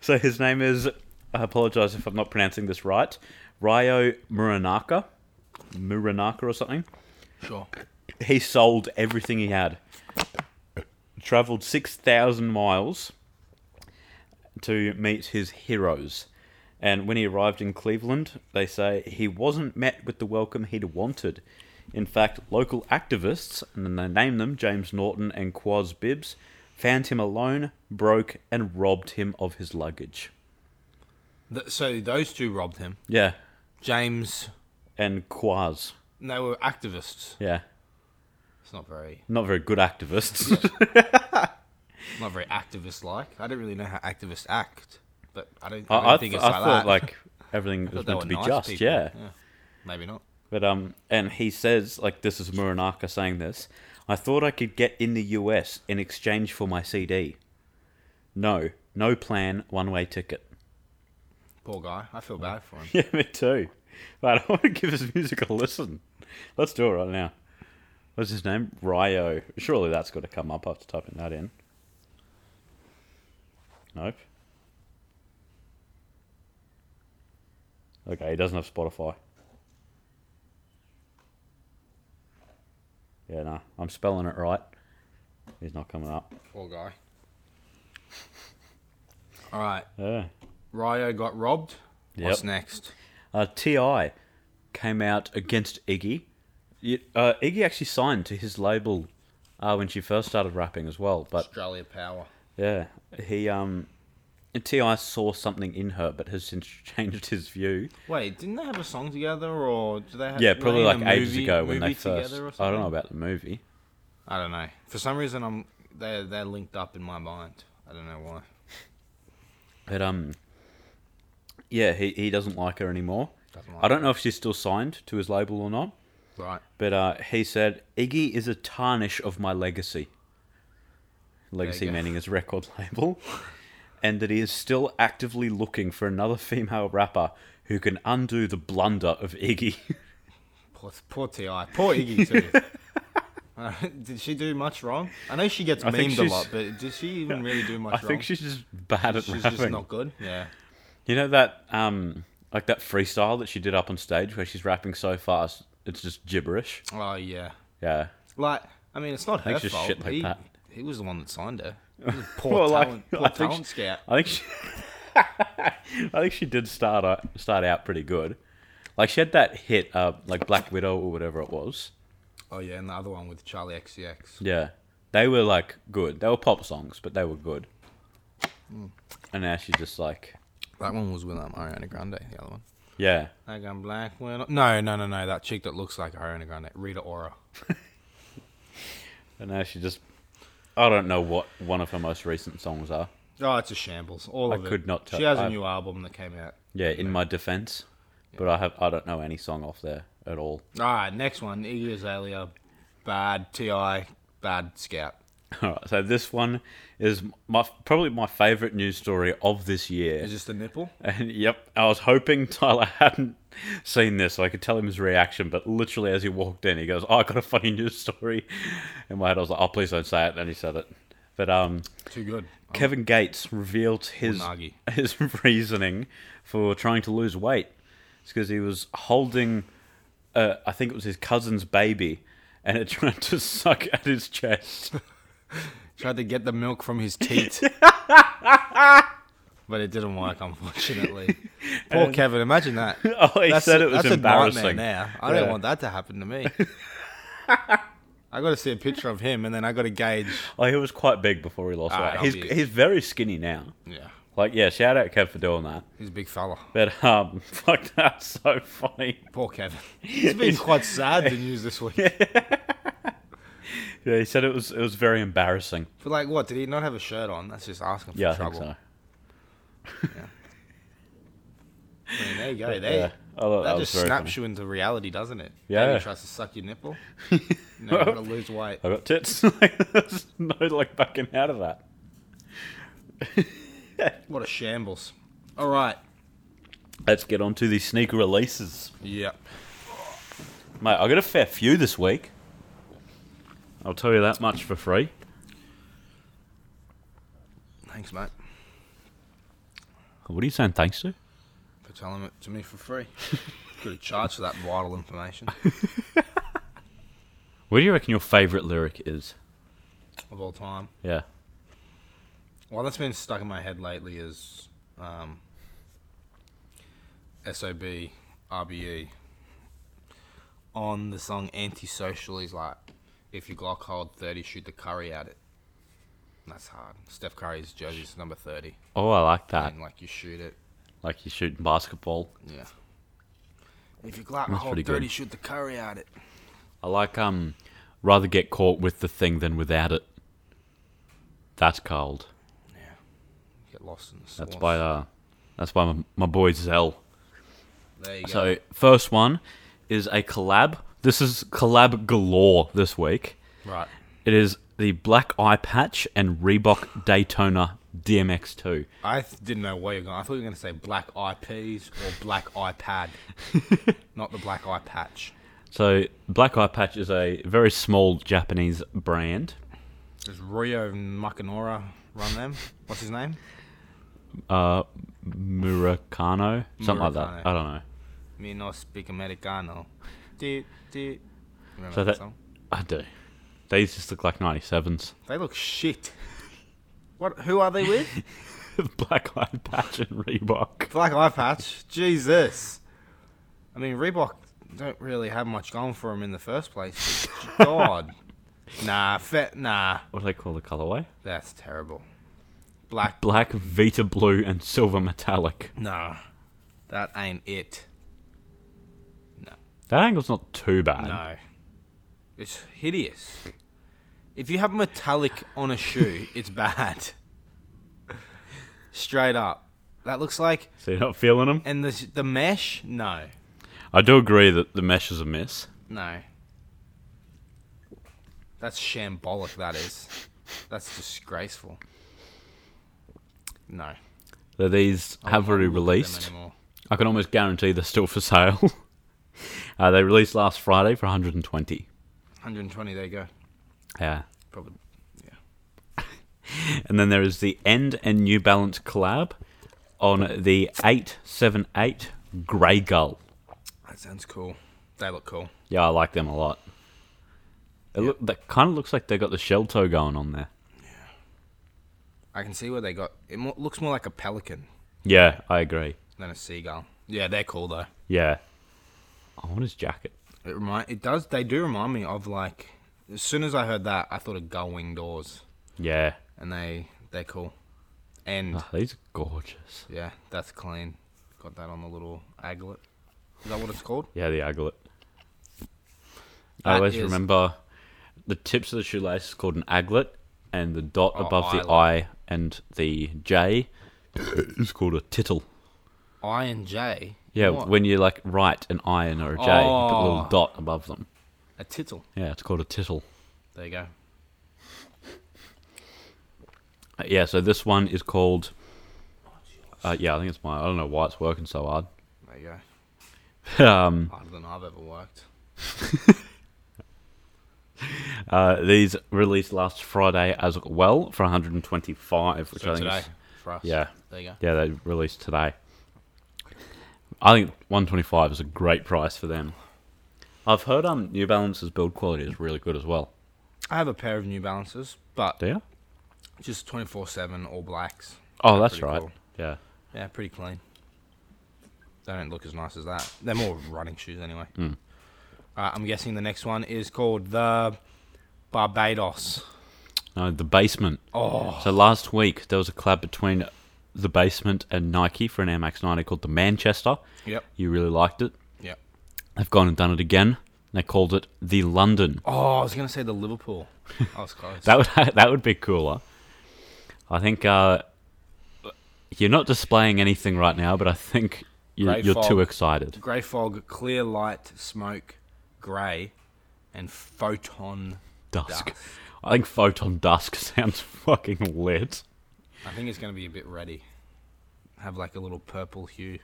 Speaker 1: so his name is I apologize if I'm not pronouncing this right. Ryo Muranaka, Muranaka or something
Speaker 2: Sure.
Speaker 1: he sold everything he had. Traveled 6,000 miles to meet his heroes. And when he arrived in Cleveland, they say he wasn't met with the welcome he'd wanted. In fact, local activists, and then they name them James Norton and Quaz Bibbs, found him alone, broke, and robbed him of his luggage.
Speaker 2: Th- so those two robbed him.
Speaker 1: Yeah,
Speaker 2: James,
Speaker 1: and Quaz.
Speaker 2: and they were activists.
Speaker 1: Yeah,
Speaker 2: It's not very,
Speaker 1: not very good activists.
Speaker 2: not very activist-like. I don't really know how activists act, but I don't. I, don't
Speaker 1: I, I,
Speaker 2: think
Speaker 1: th-
Speaker 2: it's
Speaker 1: I
Speaker 2: like
Speaker 1: thought
Speaker 2: that.
Speaker 1: like everything
Speaker 2: I thought
Speaker 1: was
Speaker 2: they
Speaker 1: meant
Speaker 2: were
Speaker 1: to be
Speaker 2: nice
Speaker 1: just.
Speaker 2: people.
Speaker 1: Yeah.
Speaker 2: Maybe not.
Speaker 1: But um, and he says like this is Muranaka saying this. I thought I could get in the US in exchange for my CD. No, no plan, one way ticket.
Speaker 2: Poor guy. I feel bad for him.
Speaker 1: Yeah, me too. But I want to give his music a listen. Let's do it right now. What's his name? Ryo. Surely that's got to come up after typing that in. Nope. Okay, he doesn't have Spotify. Yeah, no, I'm spelling it right. He's not coming up.
Speaker 2: Poor guy. All right.
Speaker 1: Yeah.
Speaker 2: Ryo got robbed. What's
Speaker 1: Yep.
Speaker 2: next?
Speaker 1: Uh, Ti came out against Iggy. Y- Uh, Iggy actually signed to his label uh, when she first started rapping as well. But
Speaker 2: Australia Power.
Speaker 1: yeah, he um, Ti saw something in her, but has since changed his view.
Speaker 2: Wait, didn't they have a song together, or do they? Have,
Speaker 1: Yeah,
Speaker 2: were
Speaker 1: probably
Speaker 2: they
Speaker 1: like
Speaker 2: Uh, in a
Speaker 1: ages
Speaker 2: movie-
Speaker 1: ago
Speaker 2: movie
Speaker 1: when they first.
Speaker 2: together or
Speaker 1: I don't
Speaker 2: something?
Speaker 1: know about the movie.
Speaker 2: I don't know. For some reason, I'm they're they're linked up in my mind. I don't know why.
Speaker 1: But um, yeah, he, he doesn't like her anymore.
Speaker 2: Doesn't
Speaker 1: I don't know if she's still signed to his label or not.
Speaker 2: Right.
Speaker 1: But uh, he said, Iggy is a tarnish of my legacy. Legacy
Speaker 2: go.
Speaker 1: meaning his record label. and that he is still actively looking for another female rapper who can undo the blunder of Iggy.
Speaker 2: Poor, poor Ti. Poor Iggy too. Uh, did she do much wrong? I know she gets
Speaker 1: I think
Speaker 2: memed a
Speaker 1: she's-
Speaker 2: lot, but did she even really do much
Speaker 1: I
Speaker 2: wrong?
Speaker 1: think she's just bad at
Speaker 2: she's
Speaker 1: rapping.
Speaker 2: just not good. Yeah.
Speaker 1: You know that um like that freestyle that she did up on stage where she's rapping so fast it's just gibberish.
Speaker 2: Oh yeah.
Speaker 1: Yeah.
Speaker 2: Like I mean, it's not her
Speaker 1: think she's
Speaker 2: fault.
Speaker 1: shit like
Speaker 2: he,
Speaker 1: that.
Speaker 2: he was the one that signed her. He was a poor
Speaker 1: Well, like,
Speaker 2: talent,
Speaker 1: I
Speaker 2: poor
Speaker 1: think
Speaker 2: talent scout.
Speaker 1: I think she, I think she did start out, start out pretty good. Like she had that hit, uh, like Black Widow or whatever it was.
Speaker 2: Oh yeah, and the other one with Charlie XCX.
Speaker 1: Yeah, they were like good. They were pop songs, but they were good. And now she's just like,
Speaker 2: That one was with um, Ariana Grande. The other one.
Speaker 1: yeah,
Speaker 2: Like I'm black. When I- no, no, no, no. That chick that looks like Ariana Grande, Rita Ora.
Speaker 1: and now she just, I don't know what one of her most recent songs are.
Speaker 2: Oh, it's a shambles. All
Speaker 1: I
Speaker 2: of it.
Speaker 1: could not
Speaker 2: She
Speaker 1: tell-
Speaker 2: has a
Speaker 1: I-
Speaker 2: new album that came out.
Speaker 1: Yeah, in my defense, but I have I don't know any song off there at all.
Speaker 2: All right, next one. Iggy Azalea, Bad Ti, bad scout.
Speaker 1: All right, so this one is my probably my favorite news story of this year.
Speaker 2: Is this the nipple?
Speaker 1: And yep, I was hoping Tyler hadn't seen this so I could tell him his reaction, but literally as he walked in, he goes, "Oh, I got a funny news story." In my head, I was like, "Oh, please don't say it." And he said it. But um,
Speaker 2: Too good.
Speaker 1: Kevin Gates revealed his
Speaker 2: Unagi.
Speaker 1: his reasoning for trying to lose weight. It's because he was holding, uh, I think it was his cousin's baby, and it tried to suck at his chest.
Speaker 2: Tried to get the milk from his teat. but it didn't work, unfortunately. Poor Kevin, imagine that.
Speaker 1: Oh, he said it was
Speaker 2: that's A
Speaker 1: embarrassing.
Speaker 2: nightmare now. I
Speaker 1: Yeah.
Speaker 2: don't want that to happen to me. I got to see a picture of him, and then I got to gauge.
Speaker 1: Oh, he was quite big before he lost
Speaker 2: Ah,
Speaker 1: weight. He's
Speaker 2: obvious.
Speaker 1: he's very skinny now.
Speaker 2: Yeah,
Speaker 1: Like, yeah, shout out Kev for doing that.
Speaker 2: he's a big fella.
Speaker 1: But um, fuck, that's so funny.
Speaker 2: Poor Kevin. It's been quite sad the news this week.
Speaker 1: Yeah, he said it was it was very embarrassing.
Speaker 2: But like, what did he not have a shirt on? That's just asking for
Speaker 1: Yeah, I think
Speaker 2: trouble.
Speaker 1: so.
Speaker 2: I mean, there you go.
Speaker 1: Yeah.
Speaker 2: There.
Speaker 1: I thought that
Speaker 2: That
Speaker 1: was
Speaker 2: just
Speaker 1: very
Speaker 2: snaps
Speaker 1: funny.
Speaker 2: you into reality, doesn't it?
Speaker 1: Yeah.
Speaker 2: Baby tries to suck your nipple. no, you gotta lose weight.
Speaker 1: I got tits. Like, There's no like backing out of that.
Speaker 2: What a shambles. All right.
Speaker 1: Let's get on to the sneaker releases.
Speaker 2: Yep.
Speaker 1: Mate, I got a fair few this week. I'll tell you that much for free.
Speaker 2: Thanks, mate,
Speaker 1: What are you saying thanks to?
Speaker 2: for telling it to me for free. Could have charged for that vital information
Speaker 1: What do you reckon your favourite lyric is?
Speaker 2: of all time.
Speaker 1: Yeah.
Speaker 2: Well, that's been stuck in my head lately is um, SOB, RBE. E. On the song Antisocial, he's like, if your Glock hold 30, shoot the curry at it. That's hard. Steph Curry's jersey's number 30.
Speaker 1: Oh, I like that.
Speaker 2: And, like, you shoot it.
Speaker 1: Like you shooting basketball.
Speaker 2: Yeah. If your Glock
Speaker 1: That's
Speaker 2: hold
Speaker 1: pretty
Speaker 2: 30,
Speaker 1: good.
Speaker 2: shoot the curry at it.
Speaker 1: I like um rather get caught with the thing than without it. That's cold.
Speaker 2: Get lost in the sauce.
Speaker 1: That's by uh that's by my, my boy Zell.
Speaker 2: There you go.
Speaker 1: So first one is a collab. This is collab galore this week.
Speaker 2: right.
Speaker 1: It is the Black Eye Patch and Reebok Daytona DMX2.
Speaker 2: I th- didn't know where you're going. I thought you were going to say black IPs or black iPad, not the black eye patch.
Speaker 1: So Black Eye Patch is a very small Japanese brand.
Speaker 2: Does Rio Makanora run them? What's his name?
Speaker 1: Uh, Murakano, something like that.
Speaker 2: Murakano.
Speaker 1: I don't know.
Speaker 2: Me no speak Americano. Do do. Remember
Speaker 1: So
Speaker 2: that,
Speaker 1: that-
Speaker 2: song?
Speaker 1: I do. These just look like 97s.
Speaker 2: They look shit. What? Who are they with?
Speaker 1: Black Eye Patch and Reebok.
Speaker 2: black eye patch. Jesus. I mean, Reebok don't really have much going for them in the first place. God. Nah, fe- nah.
Speaker 1: What do they call the colorway?
Speaker 2: That's terrible. Black
Speaker 1: Black, Vita Blue, and Silver Metallic.
Speaker 2: No, that ain't it.
Speaker 1: That angle's not too bad.
Speaker 2: No, it's hideous. If you have metallic on a shoe, it's bad. Straight up, that looks like.
Speaker 1: So you're not feeling them?
Speaker 2: And the the mesh, no,
Speaker 1: I do agree that the mesh is a miss.
Speaker 2: no. That's shambolic. That is. That's disgraceful. No,
Speaker 1: So these
Speaker 2: I
Speaker 1: have
Speaker 2: won't
Speaker 1: already
Speaker 2: look at them
Speaker 1: released.
Speaker 2: anymore.
Speaker 1: I can almost guarantee they're still for sale. uh, they released last Friday for 120.
Speaker 2: 120. There you go.
Speaker 1: Yeah.
Speaker 2: Probably. Yeah.
Speaker 1: And then there is the End and New Balance collab on the 878 Grey Gull.
Speaker 2: That sounds cool. They look cool.
Speaker 1: Yeah, I like them a lot. It look, that kind of looks like they got the shell toe going on there.
Speaker 2: I can see where they got. It mo- looks more like a pelican.
Speaker 1: Yeah, I agree.
Speaker 2: than a seagull. Yeah, they're cool though.
Speaker 1: Yeah. I want his jacket.
Speaker 2: It remind it does they do remind me of like as soon as I heard that I thought of gull wing doors
Speaker 1: Yeah.
Speaker 2: and they they're cool. And
Speaker 1: Ah, these are gorgeous.
Speaker 2: yeah, that's clean. Got that on the little aglet. Is that what it's called?
Speaker 1: Yeah, the aglet. I
Speaker 2: That
Speaker 1: always
Speaker 2: is-
Speaker 1: remember the tips of the shoelace is called an aglet, and the dot
Speaker 2: Oh,
Speaker 1: above the
Speaker 2: eyelet.
Speaker 1: I and the J is called a tittle.
Speaker 2: I and J.
Speaker 1: Yeah,
Speaker 2: What?
Speaker 1: when you like write an I and or a J, you put a little
Speaker 2: Oh.
Speaker 1: dot above them.
Speaker 2: a tittle.
Speaker 1: Yeah, it's called a tittle.
Speaker 2: There you go.
Speaker 1: Uh, yeah, so this one is called. Uh, yeah, I think it's mine. I don't know why it's working so hard.
Speaker 2: There you
Speaker 1: um,
Speaker 2: go. Harder than I've ever worked.
Speaker 1: uh, these released last Friday as well for 125, which
Speaker 2: so
Speaker 1: I think
Speaker 2: today
Speaker 1: is
Speaker 2: for us.
Speaker 1: yeah.
Speaker 2: There you go.
Speaker 1: Yeah, they released today. I think 125 is a great price for them. I've heard um New Balance's build quality is really good as well.
Speaker 2: I have a pair of New Balances, but
Speaker 1: Do you?
Speaker 2: just 24/7 all blacks.
Speaker 1: Oh,
Speaker 2: They're
Speaker 1: that's
Speaker 2: pretty
Speaker 1: right.
Speaker 2: cool.
Speaker 1: Yeah.
Speaker 2: Yeah, pretty clean. They don't look as nice as that. They're more running shoes anyway. Uh, I'm guessing the next one is called the Barbados.
Speaker 1: No, the basement.
Speaker 2: Oh,
Speaker 1: So last week there was a collab between the basement and Nike for an Air Max 90 called the Manchester.
Speaker 2: yep,
Speaker 1: You really liked it.
Speaker 2: yep.
Speaker 1: They've gone and done it again. They called it the London.
Speaker 2: Oh, I was gonna say the Liverpool. I was close.
Speaker 1: That would that would be cooler. I think uh, you're not displaying anything right now, but I think you're,
Speaker 2: Great
Speaker 1: you're
Speaker 2: fog.
Speaker 1: too excited.
Speaker 2: grey fog, clear light, smoke, grey, and photon
Speaker 1: Dusk.
Speaker 2: dusk.
Speaker 1: I think photon dusk sounds fucking lit.
Speaker 2: I think it's gonna be a bit ready. Have like a little purple hue.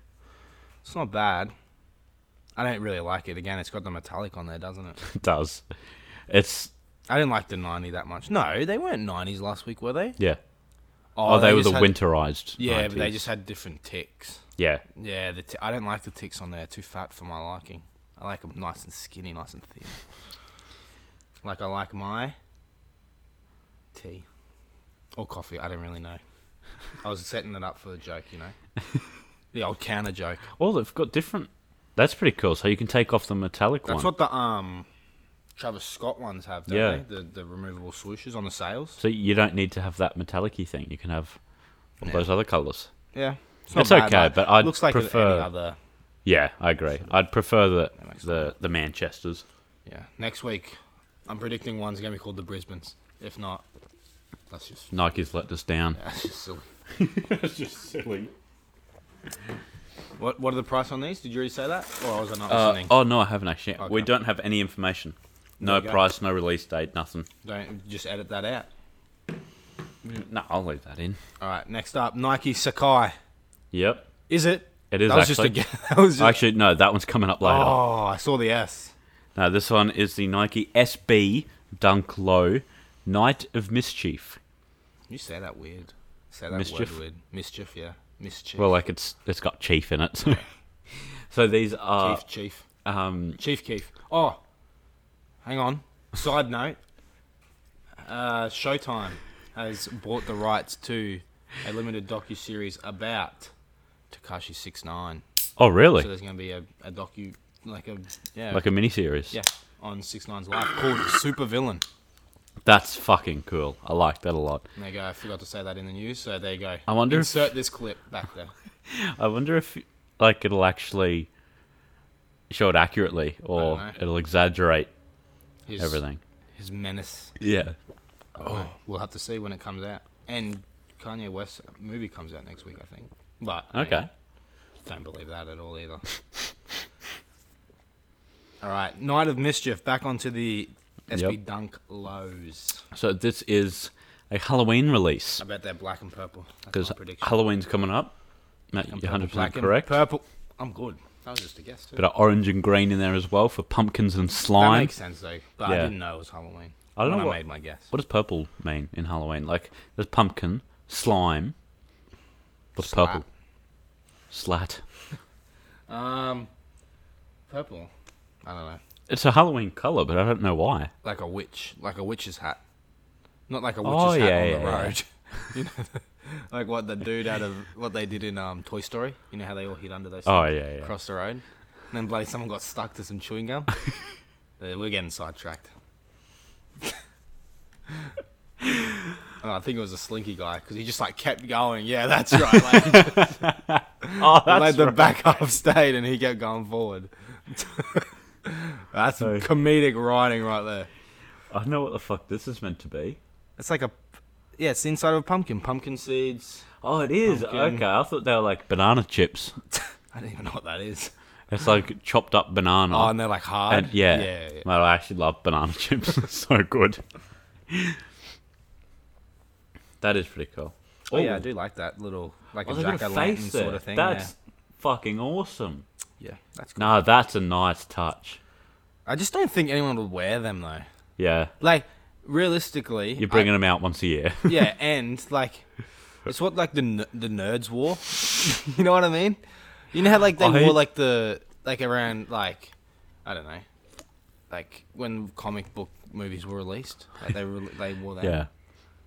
Speaker 2: It's not bad. I don't really like it. Again, it's got the metallic on there, doesn't it?
Speaker 1: It does. It's
Speaker 2: I didn't like the 90 that much. No, they weren't 90s last week, were they?
Speaker 1: yeah. Oh, they, were
Speaker 2: just
Speaker 1: the
Speaker 2: had-
Speaker 1: winterized.
Speaker 2: Yeah, but they
Speaker 1: 90s.
Speaker 2: just had different ticks.
Speaker 1: yeah.
Speaker 2: Yeah, the t- I don't like the ticks on there. Too fat for my liking. I like them nice and skinny, nice and thin. Like I like my tea or coffee. I don't really know. I was setting it up for the joke, you know, the old counter joke.
Speaker 1: Well, they've got different. That's pretty cool. So you can take off the metallic
Speaker 2: That's
Speaker 1: one.
Speaker 2: what the um Travis Scott ones have, don't
Speaker 1: Yeah.
Speaker 2: they? The the removable swooshes on the sails.
Speaker 1: So you don't need to have that metallic-y thing. You can have all
Speaker 2: Yeah.
Speaker 1: those other colors.
Speaker 2: Yeah, it's,
Speaker 1: It's okay, but I'd
Speaker 2: looks like
Speaker 1: prefer-
Speaker 2: any other.
Speaker 1: Yeah, I agree. I'd prefer the
Speaker 2: That makes
Speaker 1: the, the Manchester's.
Speaker 2: Yeah, next week, I'm predicting one's gonna be called the Brisbane's. If not, that's just
Speaker 1: Nike's let us down.
Speaker 2: that's just silly.
Speaker 1: That's just silly.
Speaker 2: What what are the price on these? Did you already say that? Or was I not
Speaker 1: Uh,
Speaker 2: listening?
Speaker 1: oh no, I haven't actually. We
Speaker 2: Okay.
Speaker 1: don't have any information.
Speaker 2: There
Speaker 1: No
Speaker 2: you go.
Speaker 1: price, no release date, nothing.
Speaker 2: Don't just edit that out.
Speaker 1: No, I'll leave that in.
Speaker 2: All right, next up, Nike Sakai.
Speaker 1: Yep,
Speaker 2: Is it?
Speaker 1: it is
Speaker 2: that was
Speaker 1: actually.
Speaker 2: just a guess. That was just,
Speaker 1: Actually, no, that one's coming up later.
Speaker 2: oh, I saw the S.
Speaker 1: Now this one is the Nike SB Dunk Low Night of Mischief.
Speaker 2: You say that weird. Say that
Speaker 1: Mischief.
Speaker 2: word weird. Mischief, yeah. Mischief.
Speaker 1: Well, like it's it's got chief in it. so these are
Speaker 2: Chief, Chief.
Speaker 1: um,
Speaker 2: Chief Keef. Oh, hang on. Side note. Uh, Showtime has bought the rights to a limited docu series about Takashi Six Nine.
Speaker 1: oh really
Speaker 2: So there's going to be a, a docu, like a yeah,
Speaker 1: like a miniseries.
Speaker 2: yeah, on Six Nine's life called Super Villain.
Speaker 1: That's fucking cool. I like that a lot.
Speaker 2: There you go. I forgot to say that in the news, so there you go.
Speaker 1: I wonder if-
Speaker 2: Insert this clip back there.
Speaker 1: I wonder if like it'll actually show it accurately or
Speaker 2: I don't know.
Speaker 1: it'll exaggerate
Speaker 2: His,
Speaker 1: everything.
Speaker 2: His menace.
Speaker 1: Yeah.
Speaker 2: Oh, we'll have to see when it comes out. And Kanye West's movie comes out next week, I think. But I mean,
Speaker 1: Okay.
Speaker 2: Don't believe that at all either. all right, Night of Mischief. Back onto the SB
Speaker 1: Yep.
Speaker 2: Dunk lows.
Speaker 1: So this is a Halloween release
Speaker 2: I bet they're black and purple. That's
Speaker 1: because
Speaker 2: my prediction.
Speaker 1: Halloween's coming up. Matt,
Speaker 2: And
Speaker 1: you're
Speaker 2: purple,
Speaker 1: 100 percent
Speaker 2: black and
Speaker 1: correct.
Speaker 2: Purple. I'm good. That was just a guess too.
Speaker 1: Bit of orange and green in there as well for pumpkins and
Speaker 2: that
Speaker 1: slime.
Speaker 2: makes sense though. But I
Speaker 1: Yeah.
Speaker 2: didn't know it was Halloween.
Speaker 1: I don't
Speaker 2: when
Speaker 1: know what-
Speaker 2: I made my guess.
Speaker 1: What does purple mean in Halloween? Like there's pumpkin, slime. What's
Speaker 2: Slat.
Speaker 1: purple? Slat.
Speaker 2: Um, purple. I don't know.
Speaker 1: It's a Halloween color, but I don't know why.
Speaker 2: Like a witch. Like a witch's hat. Not like a witch's
Speaker 1: Oh,
Speaker 2: hat
Speaker 1: yeah,
Speaker 2: on
Speaker 1: yeah,
Speaker 2: the
Speaker 1: yeah.
Speaker 2: road. you know, like what the dude out of what they did in um Toy Story. You know how they all hid under those.
Speaker 1: Oh
Speaker 2: things
Speaker 1: yeah, yeah.
Speaker 2: Across the road, and then bloody someone got stuck to some chewing gum. Uh, We're getting sidetracked. Oh, I think it was a slinky guy because he just like kept going. Yeah, that's right. Like,
Speaker 1: Oh,
Speaker 2: like the back half stayed and he kept going forward. That's
Speaker 1: So-
Speaker 2: comedic writing right there.
Speaker 1: I know what the fuck this is meant to be.
Speaker 2: It's like a, yeah, it's the inside of a pumpkin. Pumpkin seeds.
Speaker 1: Oh, it is.
Speaker 2: Pumpkin.
Speaker 1: Okay, I thought they were like banana chips.
Speaker 2: I don't even know what that is.
Speaker 1: It's like chopped up banana.
Speaker 2: Oh, and they're like hard.
Speaker 1: and yeah,
Speaker 2: yeah, yeah.
Speaker 1: Mate, I actually love banana chips. It's so good. That is pretty cool.
Speaker 2: Oh, yeah, I
Speaker 1: Ooh.
Speaker 2: do like that little like
Speaker 1: Oh,
Speaker 2: a
Speaker 1: they've got
Speaker 2: jack
Speaker 1: a
Speaker 2: o' lantern
Speaker 1: face there.
Speaker 2: sort of thing.
Speaker 1: That's fucking awesome.
Speaker 2: yeah. yeah, that's cool.
Speaker 1: No, that's a nice touch.
Speaker 2: I just don't think anyone would wear them though.
Speaker 1: Yeah,
Speaker 2: Like realistically,
Speaker 1: you're bringing them out once a year.
Speaker 2: I- yeah, and like it's what like the n- the nerds wore. you know what I mean? You know how like they
Speaker 1: I-
Speaker 2: wore like the like around like I don't know, like when comic book movies were released, like they re- they wore that.
Speaker 1: yeah.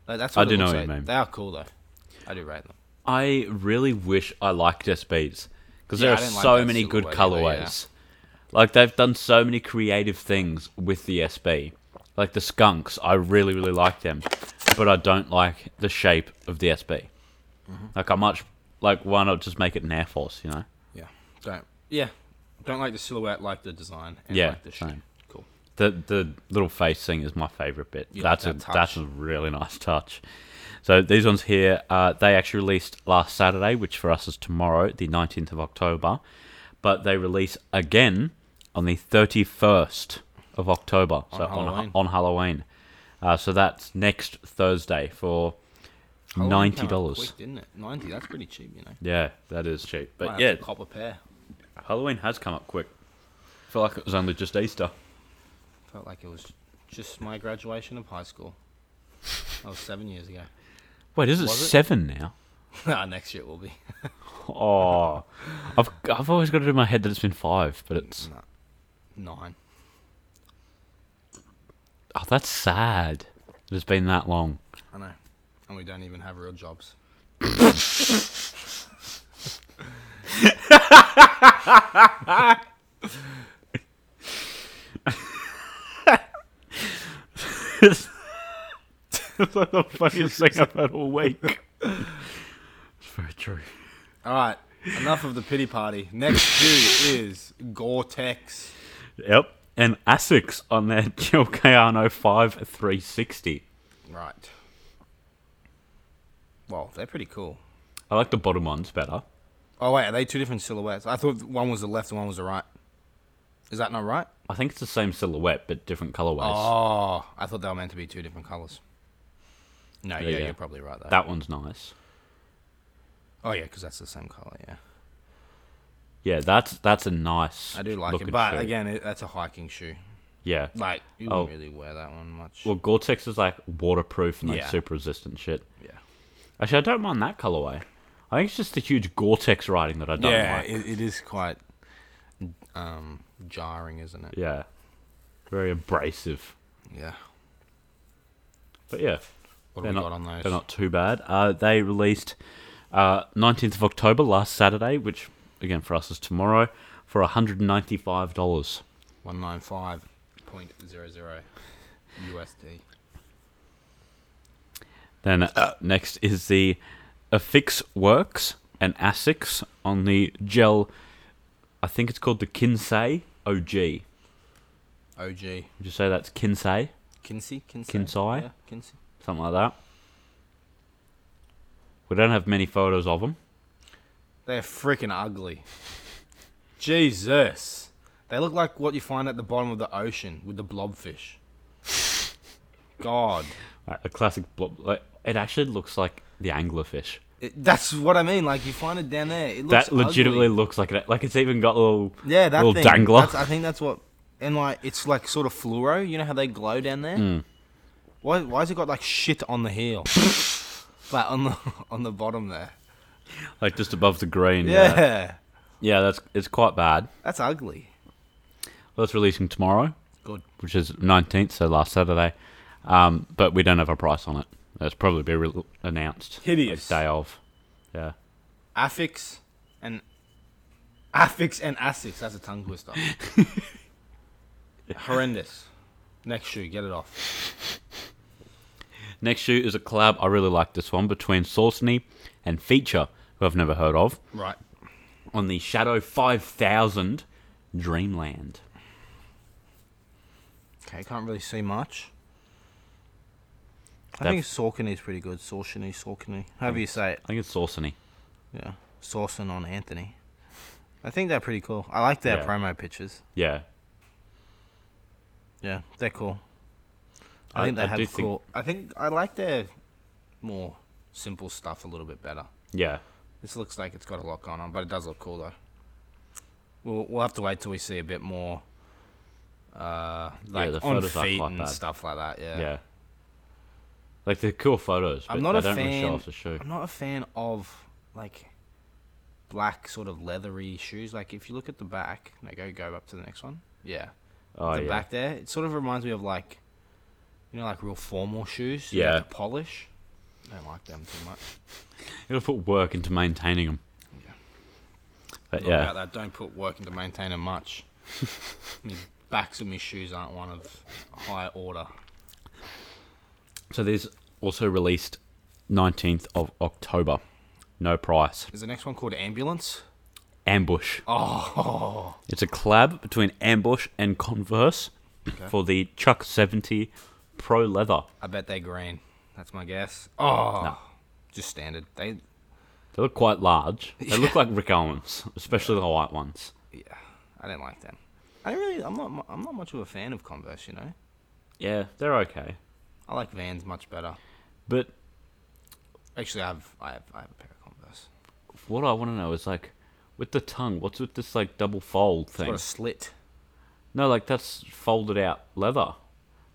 Speaker 2: Like, that's
Speaker 1: I
Speaker 2: what it
Speaker 1: do know
Speaker 2: looks
Speaker 1: what you
Speaker 2: like.
Speaker 1: mean.
Speaker 2: They are cool though. I do rate them.
Speaker 1: I really wish I liked Just Beats because
Speaker 2: Yeah,
Speaker 1: there
Speaker 2: I
Speaker 1: are
Speaker 2: didn't like
Speaker 1: so
Speaker 2: that
Speaker 1: many good
Speaker 2: silhouette either, yeah.
Speaker 1: colorways. Like they've done so many creative things with the SB. Like the skunks, I really really like them, but I don't like the shape of the SB.
Speaker 2: Mm-hmm.
Speaker 1: Like I much like why not just make it an Air Force? You know?
Speaker 2: Yeah. Don't. Yeah. Don't like the silhouette, like the design. And
Speaker 1: Yeah,
Speaker 2: Like the shape.
Speaker 1: same.
Speaker 2: Cool.
Speaker 1: The the little face thing is my favorite bit.
Speaker 2: You like
Speaker 1: that's a
Speaker 2: that touch.
Speaker 1: that's a really nice touch. So these ones here, uh, they actually released last Saturday, which for us is tomorrow, the nineteenth of October, but they release again on the thirty first of October, so on
Speaker 2: Halloween.
Speaker 1: Halloween. on Halloween. Uh, so that's next Thursday for
Speaker 2: Halloween
Speaker 1: ninety
Speaker 2: came out
Speaker 1: dollars.
Speaker 2: quick, Didn't it? Ninety. That's pretty cheap, you know.
Speaker 1: Yeah, that is cheap,
Speaker 2: Might
Speaker 1: but
Speaker 2: have
Speaker 1: yeah,
Speaker 2: to cop a pair.
Speaker 1: Halloween has come up quick. I feel like it was only just Easter.
Speaker 2: Felt like it was just my graduation of high school. That was seven years ago.
Speaker 1: Wait, is it
Speaker 2: Was it?
Speaker 1: seven now?
Speaker 2: Ah, next year it will be.
Speaker 1: Oh, I've I've always got it in my head that it's been five, but it's
Speaker 2: No. Nine.
Speaker 1: oh, that's sad. that It's been that long.
Speaker 2: I know. And we don't even have real jobs.
Speaker 1: it's like the funniest thing I've heard all week. It's very true.
Speaker 2: All right. Enough of the pity party. Next two is Gore-Tex.
Speaker 1: Yep, and Asics on their Gilcano five three sixty.
Speaker 2: Right. Well, they're pretty cool.
Speaker 1: I like the bottom ones better.
Speaker 2: Oh wait, are they two different silhouettes? I thought one was the left and one was the right. Is that not right?
Speaker 1: I think it's the same silhouette but different colorways.
Speaker 2: Oh, I thought they were meant to be two different colors. No, yeah,
Speaker 1: yeah.
Speaker 2: you're probably right though.
Speaker 1: That one's nice.
Speaker 2: oh yeah, because that's the same color. Yeah,
Speaker 1: Yeah, that's that's a nice.
Speaker 2: I do like
Speaker 1: looking
Speaker 2: it, but
Speaker 1: shoe.
Speaker 2: again, it, that's a hiking shoe.
Speaker 1: yeah.
Speaker 2: Like you
Speaker 1: Oh.
Speaker 2: wouldn't really wear that one much.
Speaker 1: Well, Gore-Tex is like waterproof and like
Speaker 2: Yeah.
Speaker 1: super resistant shit.
Speaker 2: yeah,
Speaker 1: Actually, I don't mind that colorway. I think it's just the huge Gore-Tex writing that I don't
Speaker 2: yeah,
Speaker 1: like.
Speaker 2: it, it is quite um, jarring, isn't it?
Speaker 1: Yeah, very abrasive.
Speaker 2: Yeah.
Speaker 1: But yeah,
Speaker 2: What
Speaker 1: They're
Speaker 2: have we
Speaker 1: not-
Speaker 2: got on those?
Speaker 1: they're not too bad. Uh, they released uh, nineteenth of October last Saturday, which again for us is tomorrow, for hundred and ninety-five dollars.
Speaker 2: One nine five point zero zero USD.
Speaker 1: Then uh, next is the Affix Works and Asics on the gel. I think it's called the Kinsei OG.
Speaker 2: OG.
Speaker 1: Would you say that's Kinsei?
Speaker 2: Kinsey? Kinsey?
Speaker 1: Kinsai?
Speaker 2: Yeah, Kinsey.
Speaker 1: something like that. We don't have many photos of them.
Speaker 2: They're freaking ugly. Jesus. They look like what you find at the bottom of the ocean with the blobfish. God.
Speaker 1: Like a classic blob. Like, it actually looks like the anglerfish.
Speaker 2: It, that's what I mean. Like, you find it down there. It looks
Speaker 1: that legitimately
Speaker 2: ugly.
Speaker 1: looks like it. Like it's even got a little
Speaker 2: Yeah, that
Speaker 1: little
Speaker 2: thing.
Speaker 1: dangler.
Speaker 2: That's, I think that's what. And, like, it's like sort of fluoro. You know how they glow down there?
Speaker 1: Mm.
Speaker 2: Why, why has it got, like, shit on the heel? like, on the, on the bottom there.
Speaker 1: like just above the green.
Speaker 2: Yeah.
Speaker 1: Yeah, yeah. That's it's quite bad.
Speaker 2: That's ugly.
Speaker 1: Well, it's releasing tomorrow,
Speaker 2: Good.
Speaker 1: which is nineteenth, so last Saturday. Um, but we don't have a price on it. It's probably be re- announced.
Speaker 2: Hideous.
Speaker 1: Like day of. Yeah.
Speaker 2: Affix and affix and assix. That's a tongue twister. Horrendous. Next shoe, get it off.
Speaker 1: Next shoe is a collab. I really like this one between Saucony and Feature, who I've never heard of.
Speaker 2: Right.
Speaker 1: on the Shadow 5000 Dreamland.
Speaker 2: Okay, can't really see much. I
Speaker 1: That-
Speaker 2: think Saucony is pretty good. Saucony, Saucony. However you say it.
Speaker 1: I think it's Saucony.
Speaker 2: Yeah. Saucin on Anthony. I think they're pretty cool. I like their
Speaker 1: Yeah.
Speaker 2: promo pictures.
Speaker 1: Yeah.
Speaker 2: Yeah, they're cool.
Speaker 1: I-
Speaker 2: I think they
Speaker 1: I do
Speaker 2: have
Speaker 1: think-
Speaker 2: cool. I think I like their more simple stuff a little bit better.
Speaker 1: Yeah.
Speaker 2: This looks like it's got a lot going on, but it does look cool though. We'll, we'll have to wait till we see a bit more, uh, like
Speaker 1: the
Speaker 2: on
Speaker 1: photos are
Speaker 2: feet
Speaker 1: quite
Speaker 2: and
Speaker 1: bad.
Speaker 2: stuff like that.
Speaker 1: Yeah.
Speaker 2: Yeah.
Speaker 1: Like they're cool photos, but
Speaker 2: I'm not
Speaker 1: they
Speaker 2: a
Speaker 1: don't really
Speaker 2: fan-
Speaker 1: show off the shoe.
Speaker 2: I'm not a fan of like black sort of leathery shoes. Like if you look at the back, no, go go up to the next one. Yeah,
Speaker 1: Oh
Speaker 2: the
Speaker 1: yeah.
Speaker 2: back there, it sort of reminds me of like, you know, like real formal shoes. you
Speaker 1: Yeah.
Speaker 2: have to polish. I don't like them too much.
Speaker 1: It'll put work into maintaining them.
Speaker 2: Yeah.
Speaker 1: But
Speaker 2: Not
Speaker 1: yeah.
Speaker 2: about that. Don't put work into maintaining much. my backs of my shoes aren't one of high order.
Speaker 1: So these also released 19th of October. No price.
Speaker 2: Is the next one called ambulance?
Speaker 1: Ambush.
Speaker 2: Oh,
Speaker 1: It's a collab between Ambush and Converse for the Chuck 70 Pro Leather.
Speaker 2: I bet they green. That's my guess. Oh,
Speaker 1: No.
Speaker 2: just standard. They,
Speaker 1: They look quite large. They look like Rick Owens, especially the white ones.
Speaker 2: yeah, I didn't like them. I don't really. I'm not. mu- I'm not much of a fan of Converse. You know,
Speaker 1: Yeah, they're okay.
Speaker 2: I like Vans much better.
Speaker 1: But
Speaker 2: Actually, I have. I have. I have a pair of Converse.
Speaker 1: what I want to know is like, with the tongue, what's with this like double fold
Speaker 2: It's got
Speaker 1: thing?
Speaker 2: a slit.
Speaker 1: No, like that's folded out leather.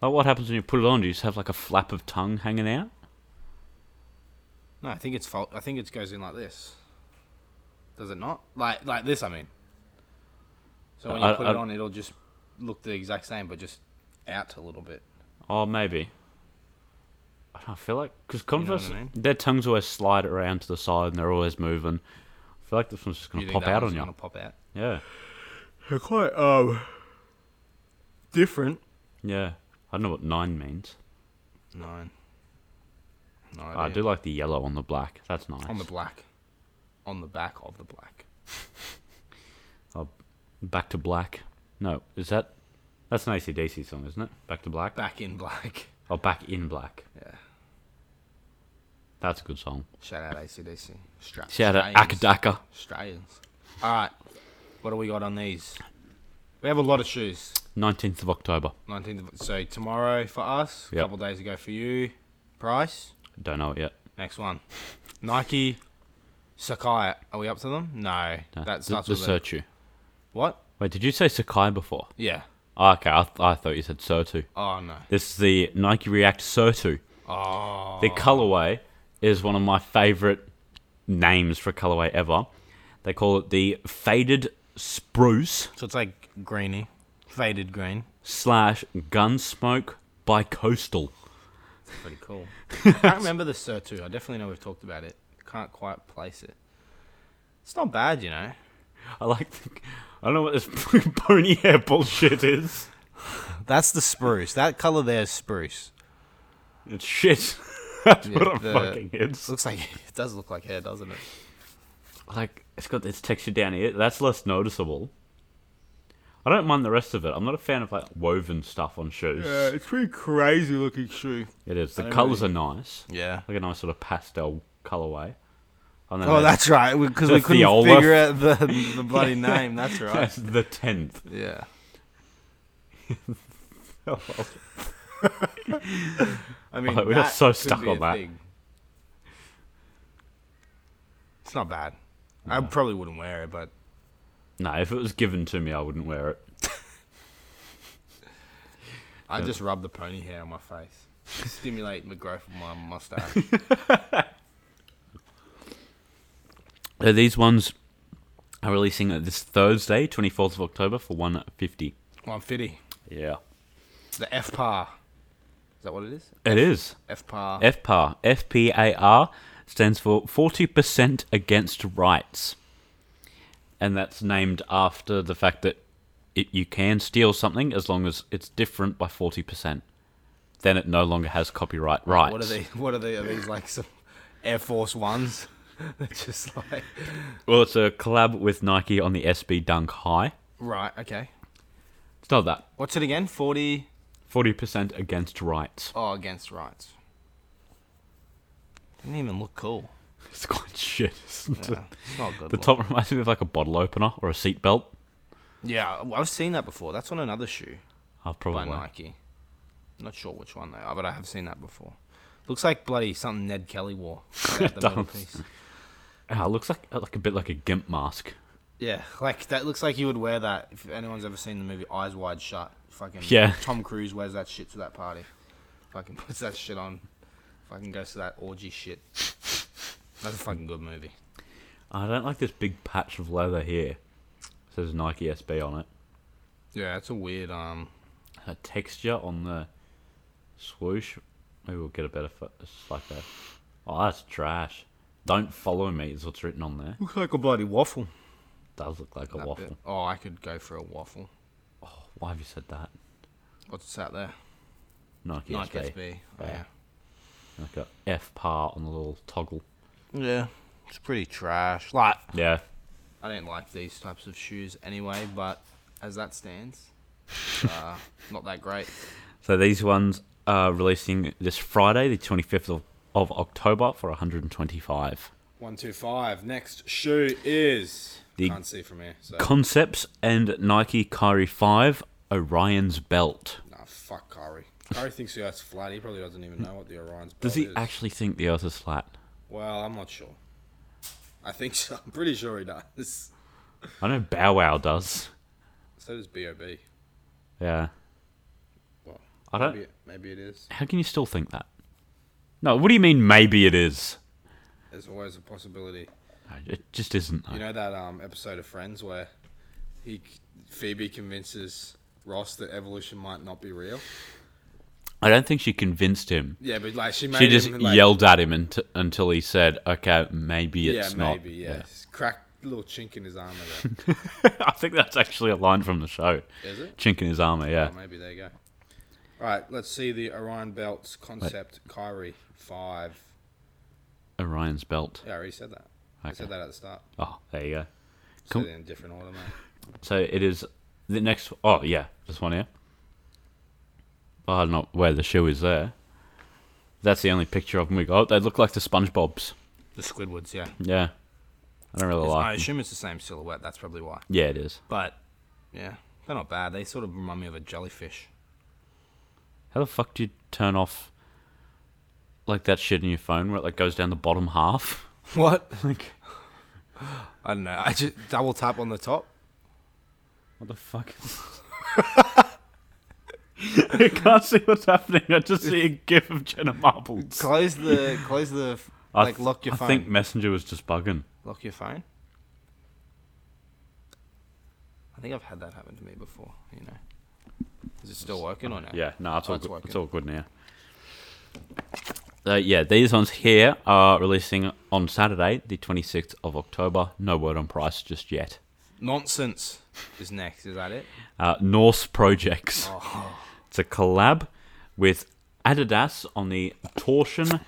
Speaker 1: Like what happens when you put it on? Do you just have like a flap of tongue hanging out?
Speaker 2: No, I think it's fault. I think it goes in like this. Does it not? Like like this, I mean. So when you
Speaker 1: I-
Speaker 2: put it
Speaker 1: I-
Speaker 2: on, it'll just look the exact same, but just out a little bit.
Speaker 1: Oh, maybe. I don't know, I feel like because
Speaker 2: what I
Speaker 1: Converse,
Speaker 2: mean?
Speaker 1: their tongues always slide around to the side and they're always moving. I feel like this one's just
Speaker 2: You
Speaker 1: gonna
Speaker 2: think
Speaker 1: pop
Speaker 2: that
Speaker 1: out
Speaker 2: one's
Speaker 1: on you.
Speaker 2: gonna Pop out.
Speaker 1: Yeah,
Speaker 2: They're quite um different.
Speaker 1: yeah. I don't know what nine means.
Speaker 2: Nine. No
Speaker 1: I
Speaker 2: idea.
Speaker 1: do like the yellow on the black. That's nice.
Speaker 2: on the black, on the back of the black.
Speaker 1: Back to black. No, is that? That's an ACDC song, isn't it? Back to black.
Speaker 2: Back in black.
Speaker 1: Oh, back in black.
Speaker 2: Yeah.
Speaker 1: That's a good song.
Speaker 2: Shout out ACDC. Stra-
Speaker 1: Shout out
Speaker 2: Australians.
Speaker 1: Akadaka.
Speaker 2: Australians. All right. What do we got on these? We have a lot of shoes.
Speaker 1: 19th of October.
Speaker 2: 19th. Of, so tomorrow for us, a
Speaker 1: Yep.
Speaker 2: couple days ago for you. Price.
Speaker 1: Don't know it yet.
Speaker 2: Next one. Nike Sakai. Are we up to them? No.
Speaker 1: No,
Speaker 2: that
Speaker 1: the,
Speaker 2: starts
Speaker 1: the
Speaker 2: with a,
Speaker 1: Sertu.
Speaker 2: What?
Speaker 1: Wait, did you say Sakai before?
Speaker 2: Yeah.
Speaker 1: Oh, okay, I, th- I thought you said Sertu.
Speaker 2: Oh, no.
Speaker 1: This is the Nike React Sertu.
Speaker 2: Oh.
Speaker 1: The colorway is one of my favorite names for colorway ever. They call it the Faded Spruce
Speaker 2: So it's like greeny. Faded green.
Speaker 1: slash Gunsmoke by Coastal.
Speaker 2: Pretty cool. I can't remember the Surtu. I definitely know we've talked about it. Can't quite place it. It's not bad, you know.
Speaker 1: I like. The, I don't know what this pony hair bullshit is.
Speaker 2: That's the spruce. That color there is spruce.
Speaker 1: It's shit. That's
Speaker 2: Yeah,
Speaker 1: what I'm
Speaker 2: the-
Speaker 1: fucking is.
Speaker 2: Looks like it does look like hair, doesn't it?
Speaker 1: Like it's got this texture down here. That's less noticeable. I don't mind the rest of it. I'm not a fan of like woven stuff on shoes.
Speaker 2: it's pretty crazy looking shoe.
Speaker 1: It is.
Speaker 2: I
Speaker 1: The
Speaker 2: don't
Speaker 1: colours are nice.
Speaker 2: Yeah.
Speaker 1: Like a nice sort of pastel colourway. And then
Speaker 2: Oh,
Speaker 1: there's-
Speaker 2: that's right. Because we,
Speaker 1: That's the
Speaker 2: couldn't
Speaker 1: Olaf.
Speaker 2: figure out the, the bloody name. That's right.
Speaker 1: that's the tenth.
Speaker 2: Yeah. I mean,
Speaker 1: Oh, we got
Speaker 2: that
Speaker 1: so
Speaker 2: could
Speaker 1: stuck
Speaker 2: be
Speaker 1: on
Speaker 2: a
Speaker 1: that.
Speaker 2: thing. It's not bad. I probably wouldn't wear it, but
Speaker 1: no, if it was given to me, I wouldn't wear it.
Speaker 2: I just rub the pony hair on my face, stimulate the growth of my mustache.
Speaker 1: Uh, these ones are releasing uh, this Thursday, twenty fourth of October, for one fifty.
Speaker 2: Well, I'm fitty.
Speaker 1: Yeah,
Speaker 2: The F par. Is that what it is?
Speaker 1: it is.
Speaker 2: F par.
Speaker 1: FPAR. FPAR stands for 40% Against Rights. And that's named after the fact that it, you can steal something as long as it's different by 40%. Then it no longer has copyright rights.
Speaker 2: What are they? What are they? Are these like some Air Force Ones? They're just like
Speaker 1: Well, it's a collab with Nike on the SB Dunk High.
Speaker 2: right. Okay.
Speaker 1: It's not that.
Speaker 2: What's it again? Forty.
Speaker 1: 40% Against Rights.
Speaker 2: Oh, against rights. Didn't even look cool.
Speaker 1: It's quite shit. isn't it?
Speaker 2: Yeah, it's not a good.
Speaker 1: The
Speaker 2: look.
Speaker 1: top reminds me of like a bottle opener or a seatbelt.
Speaker 2: Yeah, well, I've seen that before. That's on another shoe
Speaker 1: I'll
Speaker 2: by
Speaker 1: probably.
Speaker 2: Nike. Not sure which one though, but I have seen that before. Looks like bloody something Ned Kelly wore. That- the
Speaker 1: does.
Speaker 2: metal piece.
Speaker 1: Ah, looks like like a bit like a gimp mask.
Speaker 2: Yeah, like that looks like you would wear that if anyone's ever seen the movie Eyes Wide Shut. Fucking
Speaker 1: Yeah.
Speaker 2: Tom Cruise wears that shit to that party. Fucking puts that shit on. Fucking goes to that orgy shit. That's a fucking good movie.
Speaker 1: I don't like this big patch of leather here. says Nike SB on it.
Speaker 2: Yeah, that's a weird um
Speaker 1: A texture on the swoosh. Maybe we'll get a better fo- it's like that. Oh, that's trash. Don't follow me is what's written on there.
Speaker 2: Looks like a bloody waffle.
Speaker 1: Does look like a waffle. Oh,
Speaker 2: Oh, I could go for a waffle.
Speaker 1: Why have you said that?
Speaker 2: What's that there?
Speaker 1: Nike,
Speaker 2: Nike
Speaker 1: SB.
Speaker 2: SB. Oh, yeah.
Speaker 1: Yeah. Like a F par on the little toggle.
Speaker 2: Yeah. It's pretty trash. Like
Speaker 1: Yeah.
Speaker 2: I don't like these types of shoes anyway, but as that stands, uh, not that great.
Speaker 1: So these ones are releasing this Friday, the 25th of, of October for 125.
Speaker 2: One two five. Next shoe is
Speaker 1: The-
Speaker 2: can't see from here. So
Speaker 1: Concepts and Nike Kyrie 5 Orion's Belt.
Speaker 2: nah, fuck Kyrie. Kyrie thinks the Earth's flat. He probably doesn't even know what the Orion's belt
Speaker 1: Does he
Speaker 2: is.
Speaker 1: actually think the Earth is flat?
Speaker 2: Well, I'm not sure. I think so. I'm pretty sure he does.
Speaker 1: I know Bow Wow does.
Speaker 2: So does Bob.
Speaker 1: Yeah.
Speaker 2: Well,
Speaker 1: I don't.
Speaker 2: maybe, maybe it is.
Speaker 1: How can you still think that? No, what do you mean maybe it is?
Speaker 2: There's always a possibility.
Speaker 1: It just isn't.
Speaker 2: You
Speaker 1: Though.
Speaker 2: know that um, episode of Friends where he Phoebe convinces Ross that evolution might not be real.
Speaker 1: I don't think she convinced him.
Speaker 2: Yeah, but like she made
Speaker 1: She just
Speaker 2: him, like,
Speaker 1: yelled at him unt- until he said, okay, maybe it's
Speaker 2: yeah,
Speaker 1: not.
Speaker 2: maybe yeah. Crack little chink in his armor. There.
Speaker 1: I think that's actually a line from the show.
Speaker 2: Is it?
Speaker 1: Chink in his armor, yeah.
Speaker 2: Oh, maybe there you go. All right, let's see the Orion belts concept. Kyrie five.
Speaker 1: Orion's belt.
Speaker 2: Yeah, I already said that. I said
Speaker 1: Okay.
Speaker 2: that at the start.
Speaker 1: Oh, there you go.
Speaker 2: Said
Speaker 1: Cool.
Speaker 2: it in a different order, mate.
Speaker 1: So it is the next. Oh yeah, this one here. Oh, I don't know where the shoe is there. That's the only picture of them we got. Oh, They look like the SpongeBob's.
Speaker 2: The Squidwards, yeah.
Speaker 1: Yeah, I don't really
Speaker 2: I
Speaker 1: like. them.
Speaker 2: assume it's the same silhouette. That's probably why.
Speaker 1: Yeah, it is.
Speaker 2: But yeah, they're not bad. They sort of remind me of a jellyfish.
Speaker 1: How the fuck do you turn off like that shit in your phone where it like goes down the bottom half?
Speaker 2: What?
Speaker 1: Like
Speaker 2: I don't know. I just double tap on the top.
Speaker 1: what the fuck? I can't see what's happening. I just see a gif of Jenna Marbles.
Speaker 2: Close the close the f-
Speaker 1: I
Speaker 2: like
Speaker 1: th-
Speaker 2: lock your
Speaker 1: I
Speaker 2: phone.
Speaker 1: think Messenger was just bugging.
Speaker 2: Lock your phone. I think I've had that happen to me before. You know. Is it still working or not?
Speaker 1: Yeah, no, it's
Speaker 2: Oh,
Speaker 1: all
Speaker 2: it's
Speaker 1: good.
Speaker 2: working.
Speaker 1: It's all good now. Uh, yeah, these ones here are releasing on Saturday, the 26th of October. No word on price just yet.
Speaker 2: Nonsense is next. Is that it?
Speaker 1: Uh, Norse Projects. It's a collab with Adidas on the Torsion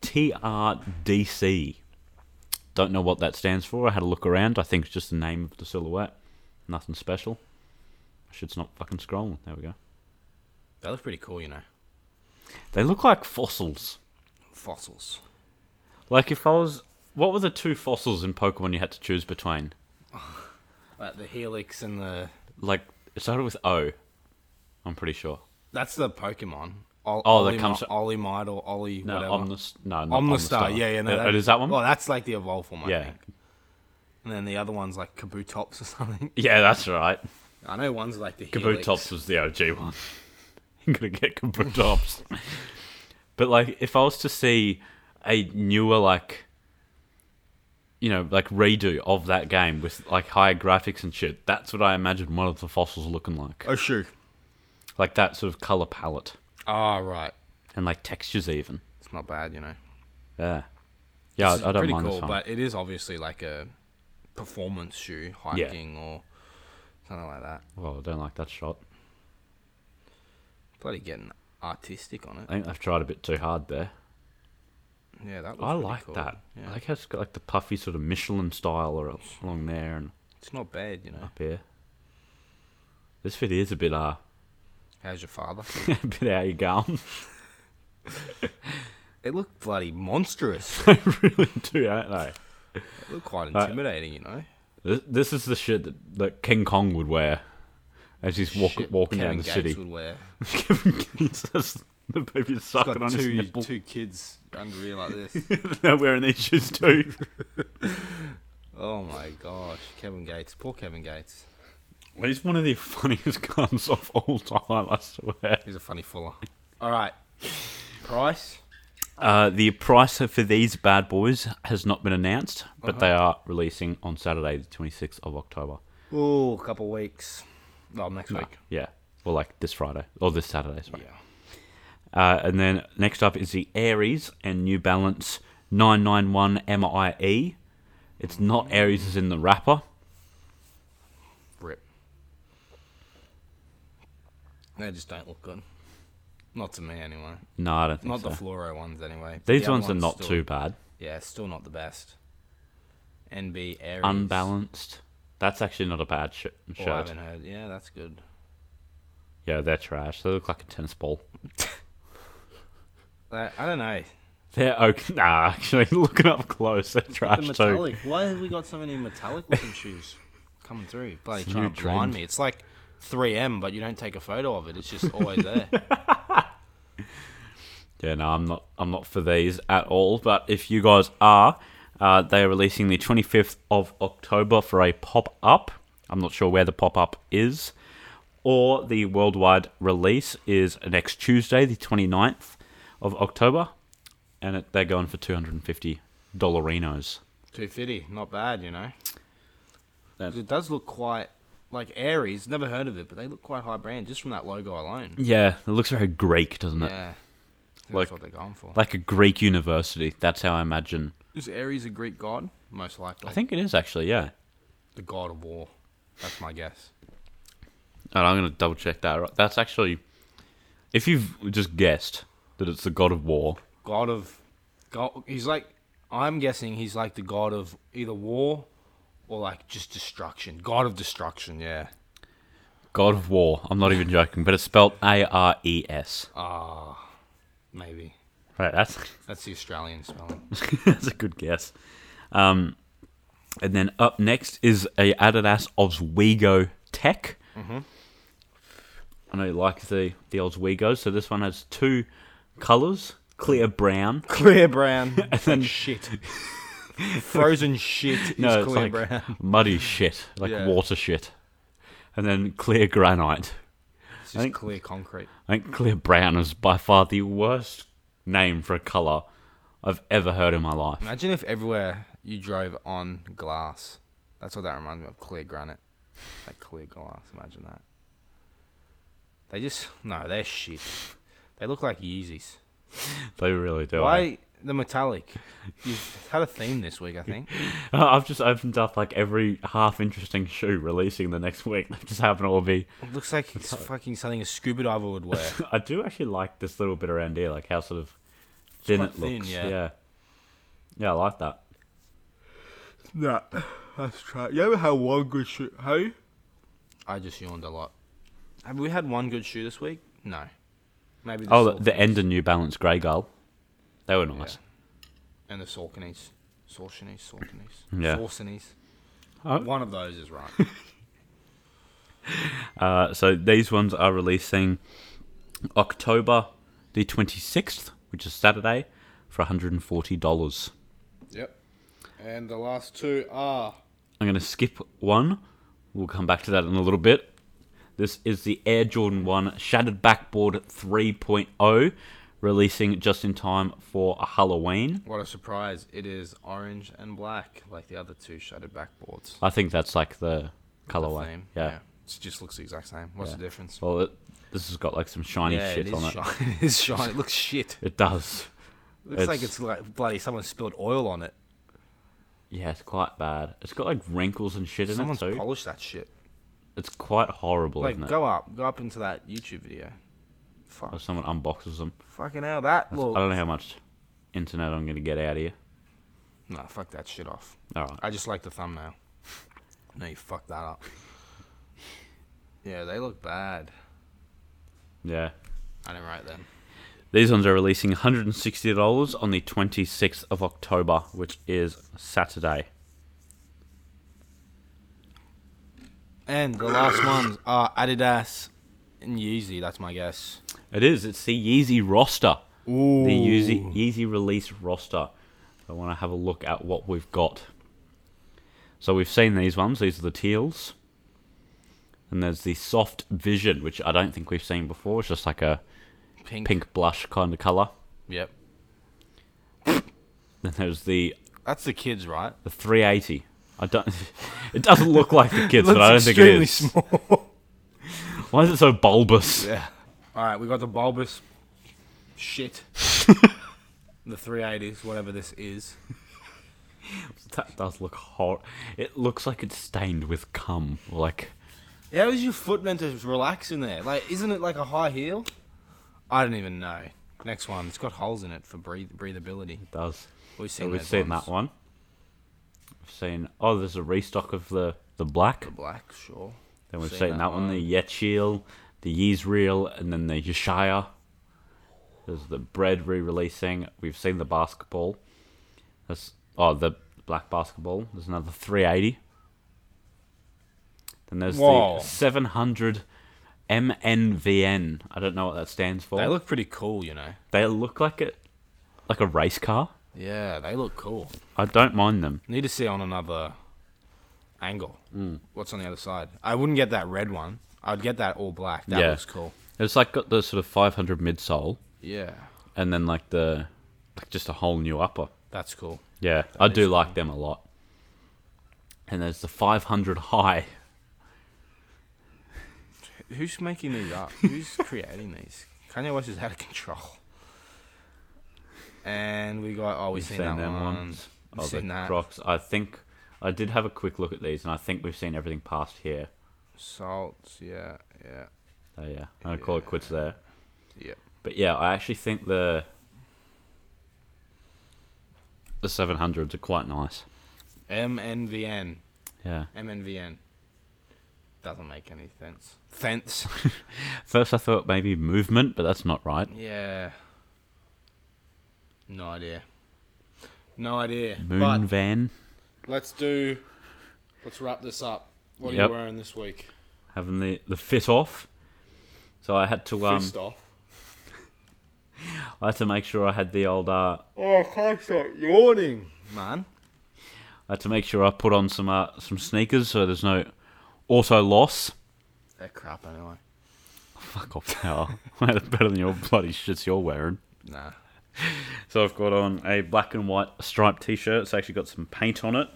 Speaker 1: TRDC. Don't know what that stands for. I had a look around. I think it's just the name of the silhouette. Nothing special. I should not fucking scroll. There we go.
Speaker 2: That looks pretty cool. You know,
Speaker 1: They look like fossils.
Speaker 2: fossils.
Speaker 1: Like if I was, what were the two fossils in Pokemon you had to choose between?
Speaker 2: Like the helix and the.
Speaker 1: Like it started with O. I'm pretty sure.
Speaker 2: That's the Pokemon. Ol-
Speaker 1: Oh, that
Speaker 2: Olimi-
Speaker 1: comes-
Speaker 2: Olimide or Oli
Speaker 1: No,
Speaker 2: whatever.
Speaker 1: Omnis. No, not
Speaker 2: Omnistar, yeah, yeah, no,
Speaker 1: Uh, is that one?
Speaker 2: Well, that's like the evolve one, I
Speaker 1: yeah,
Speaker 2: think. And then the other one's like Kabutops or something.
Speaker 1: yeah, that's right.
Speaker 2: I know one's like the Helix.
Speaker 1: Kabutops was the OG one. I'm gonna get Kabutops. but like, if I was to see a newer like, you know, like redo of that game with like higher graphics and shit, that's what I imagine one of the fossils looking like.
Speaker 2: Oh shoot!
Speaker 1: Like that sort of color palette
Speaker 2: Ah right,
Speaker 1: and like textures even.
Speaker 2: it's not bad, you know.
Speaker 1: Yeah. Yeah,
Speaker 2: It's
Speaker 1: I, I don't
Speaker 2: pretty
Speaker 1: mind
Speaker 2: cool,
Speaker 1: this one.
Speaker 2: but it is obviously like a performance shoe, hiking or something like that.
Speaker 1: Well, I don't like that shot.
Speaker 2: Bloody getting artistic on
Speaker 1: I
Speaker 2: it.
Speaker 1: think I've tried a bit too hard there.
Speaker 2: Yeah, that. Looks
Speaker 1: I
Speaker 2: pretty
Speaker 1: like
Speaker 2: cool.
Speaker 1: that.
Speaker 2: Yeah.
Speaker 1: I like how it's got like the puffy sort of Michelin style or along there and
Speaker 2: it's not bad, you know.
Speaker 1: up here. This fit is a bit uh
Speaker 2: How's your father?
Speaker 1: a bit out your gum.
Speaker 2: it looked bloody monstrous.
Speaker 1: they really do, don't they?
Speaker 2: it looked quite intimidating, you know.
Speaker 1: This, this is the shit that, that King Kong would wear as he's walk,
Speaker 2: Shit,
Speaker 1: walking
Speaker 2: Kevin
Speaker 1: down the
Speaker 2: Gates
Speaker 1: city.
Speaker 2: would wear.
Speaker 1: Kevin Gates, that's- the baby's
Speaker 2: He's
Speaker 1: sucking
Speaker 2: got
Speaker 1: on his
Speaker 2: two,
Speaker 1: nipple.
Speaker 2: two kids under here like this.
Speaker 1: They're wearing these shoes too.
Speaker 2: oh my gosh, Kevin Gates, poor Kevin Gates.
Speaker 1: He's one of the funniest cunts of all time, I swear.
Speaker 2: He's a funny fuller. All right, price.
Speaker 1: Uh, the price for these bad boys has not been announced, but they
Speaker 2: Uh-huh.
Speaker 1: are releasing on Saturday, the 26th of October.
Speaker 2: Ooh, a couple weeks. Well, next week.
Speaker 1: Yeah. Or like this Friday, or this Saturday, sorry.
Speaker 2: Yeah.
Speaker 1: Uh, and then next up is the Aries and New Balance 991 MIE. E. It's
Speaker 2: Mm.
Speaker 1: not Aries as in the wrapper.
Speaker 2: Rip. They just don't look good. Not to me, anyway.
Speaker 1: No, I don't think
Speaker 2: Not
Speaker 1: so.
Speaker 2: the fluoro ones, anyway.
Speaker 1: These
Speaker 2: The other
Speaker 1: ones are not
Speaker 2: still-
Speaker 1: too bad.
Speaker 2: Yeah, still not the best. NB Aries.
Speaker 1: Unbalanced. That's actually not a bad sh-
Speaker 2: Oh, I
Speaker 1: shirt.
Speaker 2: haven't heard. Yeah, that's good.
Speaker 1: yeah, they're trash. They look like a tennis ball.
Speaker 2: Like, I don't know.
Speaker 1: They're okay. Nah, actually, looking up close, they're
Speaker 2: The
Speaker 1: trash too.
Speaker 2: metallic. Why have we got so many metallic looking shoes coming through? Bloody
Speaker 1: a
Speaker 2: trying
Speaker 1: new
Speaker 2: to blind
Speaker 1: trend.
Speaker 2: me. It's like 3M, but you don't take a photo of it. It's just always there.
Speaker 1: Yeah, no, I'm not. I'm not for these at all. But if you guys are, uh, they are releasing the 25th of October for a pop up. I'm not sure where the pop up is, or the worldwide release is next Tuesday, the 29th of October, and it, they're going for 250 dollarinos.
Speaker 2: 250, not bad, you know.
Speaker 1: That-
Speaker 2: 'Cause It does look quite like Aries. Never heard of it, but they look quite high brand just from that logo alone.
Speaker 1: Yeah, it looks very Greek, doesn't it?
Speaker 2: Yeah, I think
Speaker 1: Mm, Like-
Speaker 2: that's what they're going for.
Speaker 1: Like a Greek university. That's how I imagine.
Speaker 2: Is Aries a Greek god? Most likely.
Speaker 1: I think it is actually. Yeah.
Speaker 2: the god of war. That's my guess.
Speaker 1: And I'm going to double check that. right- That's actually, if you've just guessed that it's the God of War,
Speaker 2: God of, god. He's like, I'm guessing he's like the god of either war, or like just destruction. God of destruction. Yeah.
Speaker 1: God of War. I'm not even joking, but it's spelled A R E S.
Speaker 2: Ah, maybe
Speaker 1: Right, that's
Speaker 2: that's the Australian spelling.
Speaker 1: that's a good guess. Um, and then up next is a Adidas Oswego Tech. I know you like the the Oswego, so this one has two colors: clear brown.
Speaker 2: Clear brown.
Speaker 1: And then
Speaker 2: shit. Frozen shit is
Speaker 1: no, it's
Speaker 2: clear
Speaker 1: like
Speaker 2: brown.
Speaker 1: muddy shit, like
Speaker 2: Yeah.
Speaker 1: water shit, and then clear granite.
Speaker 2: It's
Speaker 1: I
Speaker 2: just
Speaker 1: think-
Speaker 2: clear concrete.
Speaker 1: I think clear brown is by far the worst name for a color I've ever heard in my life.
Speaker 2: Imagine if everywhere you drove on glass. That's what that reminds me of. Clear granite. Like clear glass. Imagine that. They just no, they're shit. They look like Yeezys.
Speaker 1: They really do. eh?
Speaker 2: Why the metallic? You've had a theme this week, I think.
Speaker 1: I've just opened up like every half interesting shoe releasing the next week. They just happen to all be.
Speaker 2: It looks like it's fucking something a scuba diver would wear.
Speaker 1: I do actually like this little bit around here, like how sort of thin
Speaker 2: quite
Speaker 1: it
Speaker 2: thin,
Speaker 1: looks.
Speaker 2: yeah.
Speaker 1: yeah. Yeah, I like that.
Speaker 2: nah, that's true. You ever had one good shoe? Hey, I just yawned a lot. Have we had one good shoe this week? No. Maybe the
Speaker 1: Oh,
Speaker 2: Saucony-
Speaker 1: the, the Ender New Balance Grey Gull. They were nice.
Speaker 2: and the Sauconys. Sauconys, Sauconys.
Speaker 1: Yeah.
Speaker 2: Sauconys.
Speaker 1: Oh.
Speaker 2: One of those is right.
Speaker 1: Uh, so these ones are releasing October the 26th, which is Saturday, for $140.
Speaker 2: yep. And the last two are.
Speaker 1: I'm going to skip one. We'll come back to that in a little bit. This is the Air Jordan 1 Shattered Backboard 3.0, releasing just in time for Halloween.
Speaker 2: What a surprise. It is orange and black, like the other two shaded backboards.
Speaker 1: I think that's like the
Speaker 2: The
Speaker 1: colorway.
Speaker 2: theme,
Speaker 1: yeah.
Speaker 2: It just looks the exact same. What's the difference?
Speaker 1: Well, it, this has got like some shiny
Speaker 2: yeah,
Speaker 1: shit
Speaker 2: it
Speaker 1: on
Speaker 2: is
Speaker 1: it.
Speaker 2: shiny. It is shiny. It looks shit.
Speaker 1: It does.
Speaker 2: looks like
Speaker 1: It's-
Speaker 2: it's like bloody someone spilled oil on it.
Speaker 1: Yeah, it's quite bad. It's got like wrinkles and shit in
Speaker 2: Someone's
Speaker 1: it too.
Speaker 2: polished that shit.
Speaker 1: it's quite horrible,
Speaker 2: Like,
Speaker 1: isn't it?
Speaker 2: go up. Go up into that YouTube video.
Speaker 1: Or
Speaker 2: Fuck.
Speaker 1: someone unboxes them.
Speaker 2: Fucking hell, that
Speaker 1: I don't
Speaker 2: look.
Speaker 1: know how much internet I'm going to get out of you.
Speaker 2: Nah, fuck that shit off.
Speaker 1: All right.
Speaker 2: I just like the thumbnail. No, you fucked that up. Yeah, they look bad.
Speaker 1: Yeah.
Speaker 2: I didn't write them.
Speaker 1: These ones are releasing $160 on the 26th of October, which is Saturday.
Speaker 2: And the last ones are Adidas and Yeezy. That's my guess.
Speaker 1: It is. It's the Yeezy roster.
Speaker 2: Ooh.
Speaker 1: The Yeezy, Yeezy release roster. I want to have a look at what we've got. So we've seen these ones. These are the teals. And there's the soft vision, which I don't think we've seen before. It's just like a
Speaker 2: pink.
Speaker 1: pink blush kind of color.
Speaker 2: Yep.
Speaker 1: Then there's the,
Speaker 2: That's the kids, right?
Speaker 1: the 380. I don't. It doesn't look like the kids, but I don't think it is.
Speaker 2: small.
Speaker 1: Why is it so bulbous?
Speaker 2: yeah. All right, we got the bulbous shit. the 380s, whatever this is.
Speaker 1: That does look hor. It looks like it's stained with cum. Like
Speaker 2: How is your foot meant to relax in there? Like, isn't it like a high heel? I don't even know. Next one, it's got holes in it for breathe- breathability.
Speaker 1: it does.
Speaker 2: We've seen,
Speaker 1: So we've
Speaker 2: those
Speaker 1: seen
Speaker 2: ones.
Speaker 1: that one. We've seen oh, there's a restock of the the black.
Speaker 2: The black, sure.
Speaker 1: Then we've
Speaker 2: seen
Speaker 1: seen,
Speaker 2: that
Speaker 1: that, one, the Yetchiel, the Yisrael, and then the Yeshaya. There's the bread re-releasing. We've seen the basketball. That's oh the black basketball. There's another 380. Then there's
Speaker 2: Whoa.
Speaker 1: the 700 MNVN. I don't know what that stands for.
Speaker 2: They look pretty cool, you know.
Speaker 1: They look like a like a race car.
Speaker 2: Yeah, they look cool.
Speaker 1: I don't mind them.
Speaker 2: Need to see on another angle.
Speaker 1: Hmm.
Speaker 2: What's on the other side? I wouldn't get that red one. I'd get that all black. That
Speaker 1: Yeah.
Speaker 2: looks cool.
Speaker 1: It's like got the sort of 500 midsole
Speaker 2: Yeah,
Speaker 1: and then like the like just a whole new upper.
Speaker 2: that's cool.
Speaker 1: Yeah, I do
Speaker 2: is
Speaker 1: like them a lot. And there's the 500 high.
Speaker 2: Who's making these up? Who's creating these? Kanye West is out of control. And we got oh, we've, seen, that
Speaker 1: them
Speaker 2: one.
Speaker 1: ones.
Speaker 2: We've
Speaker 1: Oh, the
Speaker 2: seen that.
Speaker 1: Crocs. I think I did have a quick look at these, and I think we've seen everything past here.
Speaker 2: Salts, yeah, yeah,
Speaker 1: So yeah, I'm gonna call it quits there.
Speaker 2: yeah.
Speaker 1: But yeah, I actually think the the 700s are quite nice.
Speaker 2: MNVN,
Speaker 1: Yeah.
Speaker 2: MNVN. Doesn't make any sense. Fence.
Speaker 1: First, I thought maybe movement, but that's not right.
Speaker 2: Yeah. No idea. No idea.
Speaker 1: Moon
Speaker 2: but
Speaker 1: van.
Speaker 2: let's do. Let's wrap this up. What are
Speaker 1: Yep.
Speaker 2: you wearing this week?
Speaker 1: having the, the fit off. So I had to um,
Speaker 2: Fist off.
Speaker 1: I had to make sure I had the old uh,
Speaker 2: Oh, I can't stop yawning, man.
Speaker 1: I had to make sure I put on some uh, some sneakers so there's no auto loss.
Speaker 2: They're crap anyway.
Speaker 1: Fuck off now. That's better than your bloody shits you're wearing.
Speaker 2: Nah.
Speaker 1: So I've got on a black and white striped t-shirt. It's actually got some paint on it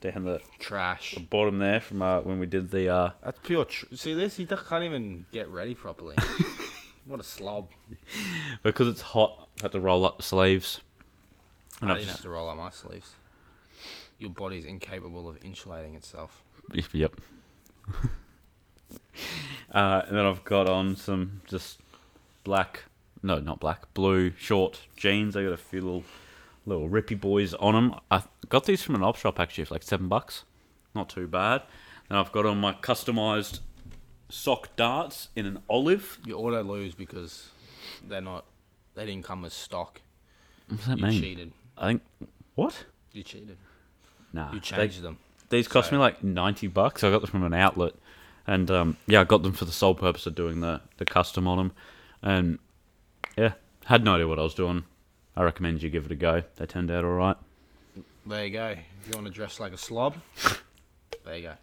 Speaker 1: down the
Speaker 2: Trash.
Speaker 1: bottom there from uh, when we did the uh,
Speaker 2: That's pure. Tr- See this? He can't even get ready properly. what a slob.
Speaker 1: because it's hot. I had to roll up the sleeves. And
Speaker 2: I
Speaker 1: I've
Speaker 2: didn't
Speaker 1: just-
Speaker 2: have to roll up my sleeves. Your body's incapable of insulating itself.
Speaker 1: Yep, Yep. uh, and then I've got on some just black, no, not black, blue short jeans. I got a few little little rippy boys on them. I got these from an op shop actually, for like seven bucks. Not too bad. And I've got on my customized sock darts in an olive.
Speaker 2: You auto lose because they're not. They didn't come as stock.
Speaker 1: What does that
Speaker 2: You
Speaker 1: mean?
Speaker 2: cheated.
Speaker 1: I think what?
Speaker 2: You cheated.
Speaker 1: Nah.
Speaker 2: You
Speaker 1: Ah, they-
Speaker 2: changed them.
Speaker 1: These cost
Speaker 2: So-
Speaker 1: me like ninety bucks. I got them from an outlet, and um, yeah, I got them for the sole purpose of doing the the custom on them, and yeah, had no idea what I was doing. I recommend you give it a go. They turned out all right.
Speaker 2: There you go. If you want to dress like a slob, there you go.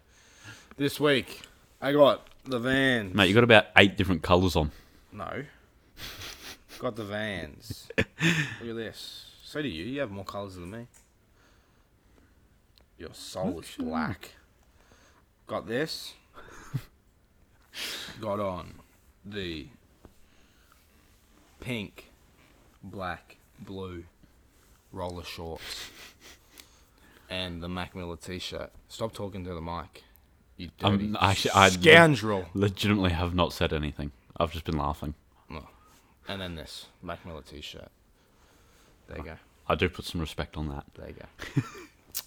Speaker 2: This week, I got the Vans.
Speaker 1: Mate, you got about eight different colours on.
Speaker 2: No. Got the Vans. Look at this. So do you. You have more colours than me. Your soul is black. Got this. Got on the pink, black, blue roller shorts and the Mac Miller t-shirt. Stop talking to the mic. You
Speaker 1: Um,
Speaker 2: dirty
Speaker 1: actually, I-
Speaker 2: scoundrel.
Speaker 1: Legitimately, have not said anything. I've just been laughing.
Speaker 2: No. And then this Mac Miller T-shirt. There you go.
Speaker 1: I do put some respect on that.
Speaker 2: There you go.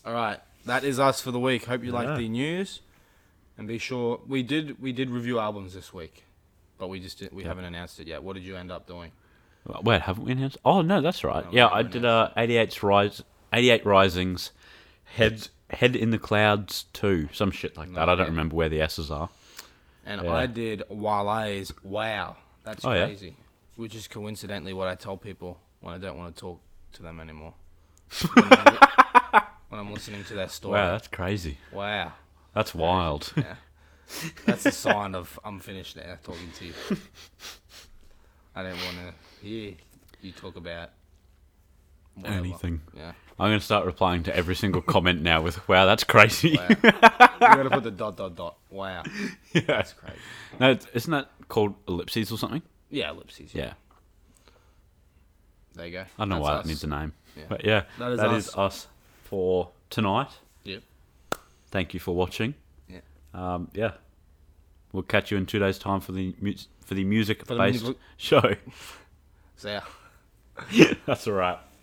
Speaker 2: All right, that is us for the week. Hope you
Speaker 1: Yeah.
Speaker 2: liked the news, and be sure we did we did review albums this week, but we just did, we haven't announced it yet. What did you end up doing?
Speaker 1: Wait, haven't we announced? Oh no, that's right.
Speaker 2: No, we
Speaker 1: yeah,
Speaker 2: haven't
Speaker 1: I did uh, 88's rise, 88 risings, heads head in the clouds too. Some shit like that. I don't
Speaker 2: yeah.
Speaker 1: remember where the S's are.
Speaker 2: and
Speaker 1: Yeah.
Speaker 2: I did Wale's Wow. That's
Speaker 1: Oh, yeah?
Speaker 2: crazy. Which is coincidentally what I tell people when I don't want to talk to them anymore. when, I'm li- when I'm listening to their story.
Speaker 1: Wow,
Speaker 2: Wow.
Speaker 1: that's crazy. That's wild.
Speaker 2: That's the sign of I'm finished now talking to you. I don't want to hear you talk about whatever.
Speaker 1: Anything.
Speaker 2: Yeah.
Speaker 1: I'm going to start replying to every single comment now with, wow, that's crazy.
Speaker 2: Wow. you gotta put the dot dot dot. Wow.
Speaker 1: yeah.
Speaker 2: That's crazy.
Speaker 1: No, it's- isn't that called ellipses or something?
Speaker 2: Yeah, ellipses.
Speaker 1: Yeah.
Speaker 2: There you go.
Speaker 1: I don't know
Speaker 2: That's
Speaker 1: why
Speaker 2: us.
Speaker 1: that needs a name.
Speaker 2: Yeah.
Speaker 1: But yeah,
Speaker 2: That is us.
Speaker 1: for tonight.
Speaker 2: Yep.
Speaker 1: Thank you for watching.
Speaker 2: Yeah.
Speaker 1: Um, yeah. We'll catch you in two days' time for the mu- for the music
Speaker 2: the
Speaker 1: based
Speaker 2: music-
Speaker 1: show.
Speaker 2: So yeah.
Speaker 1: That's all right.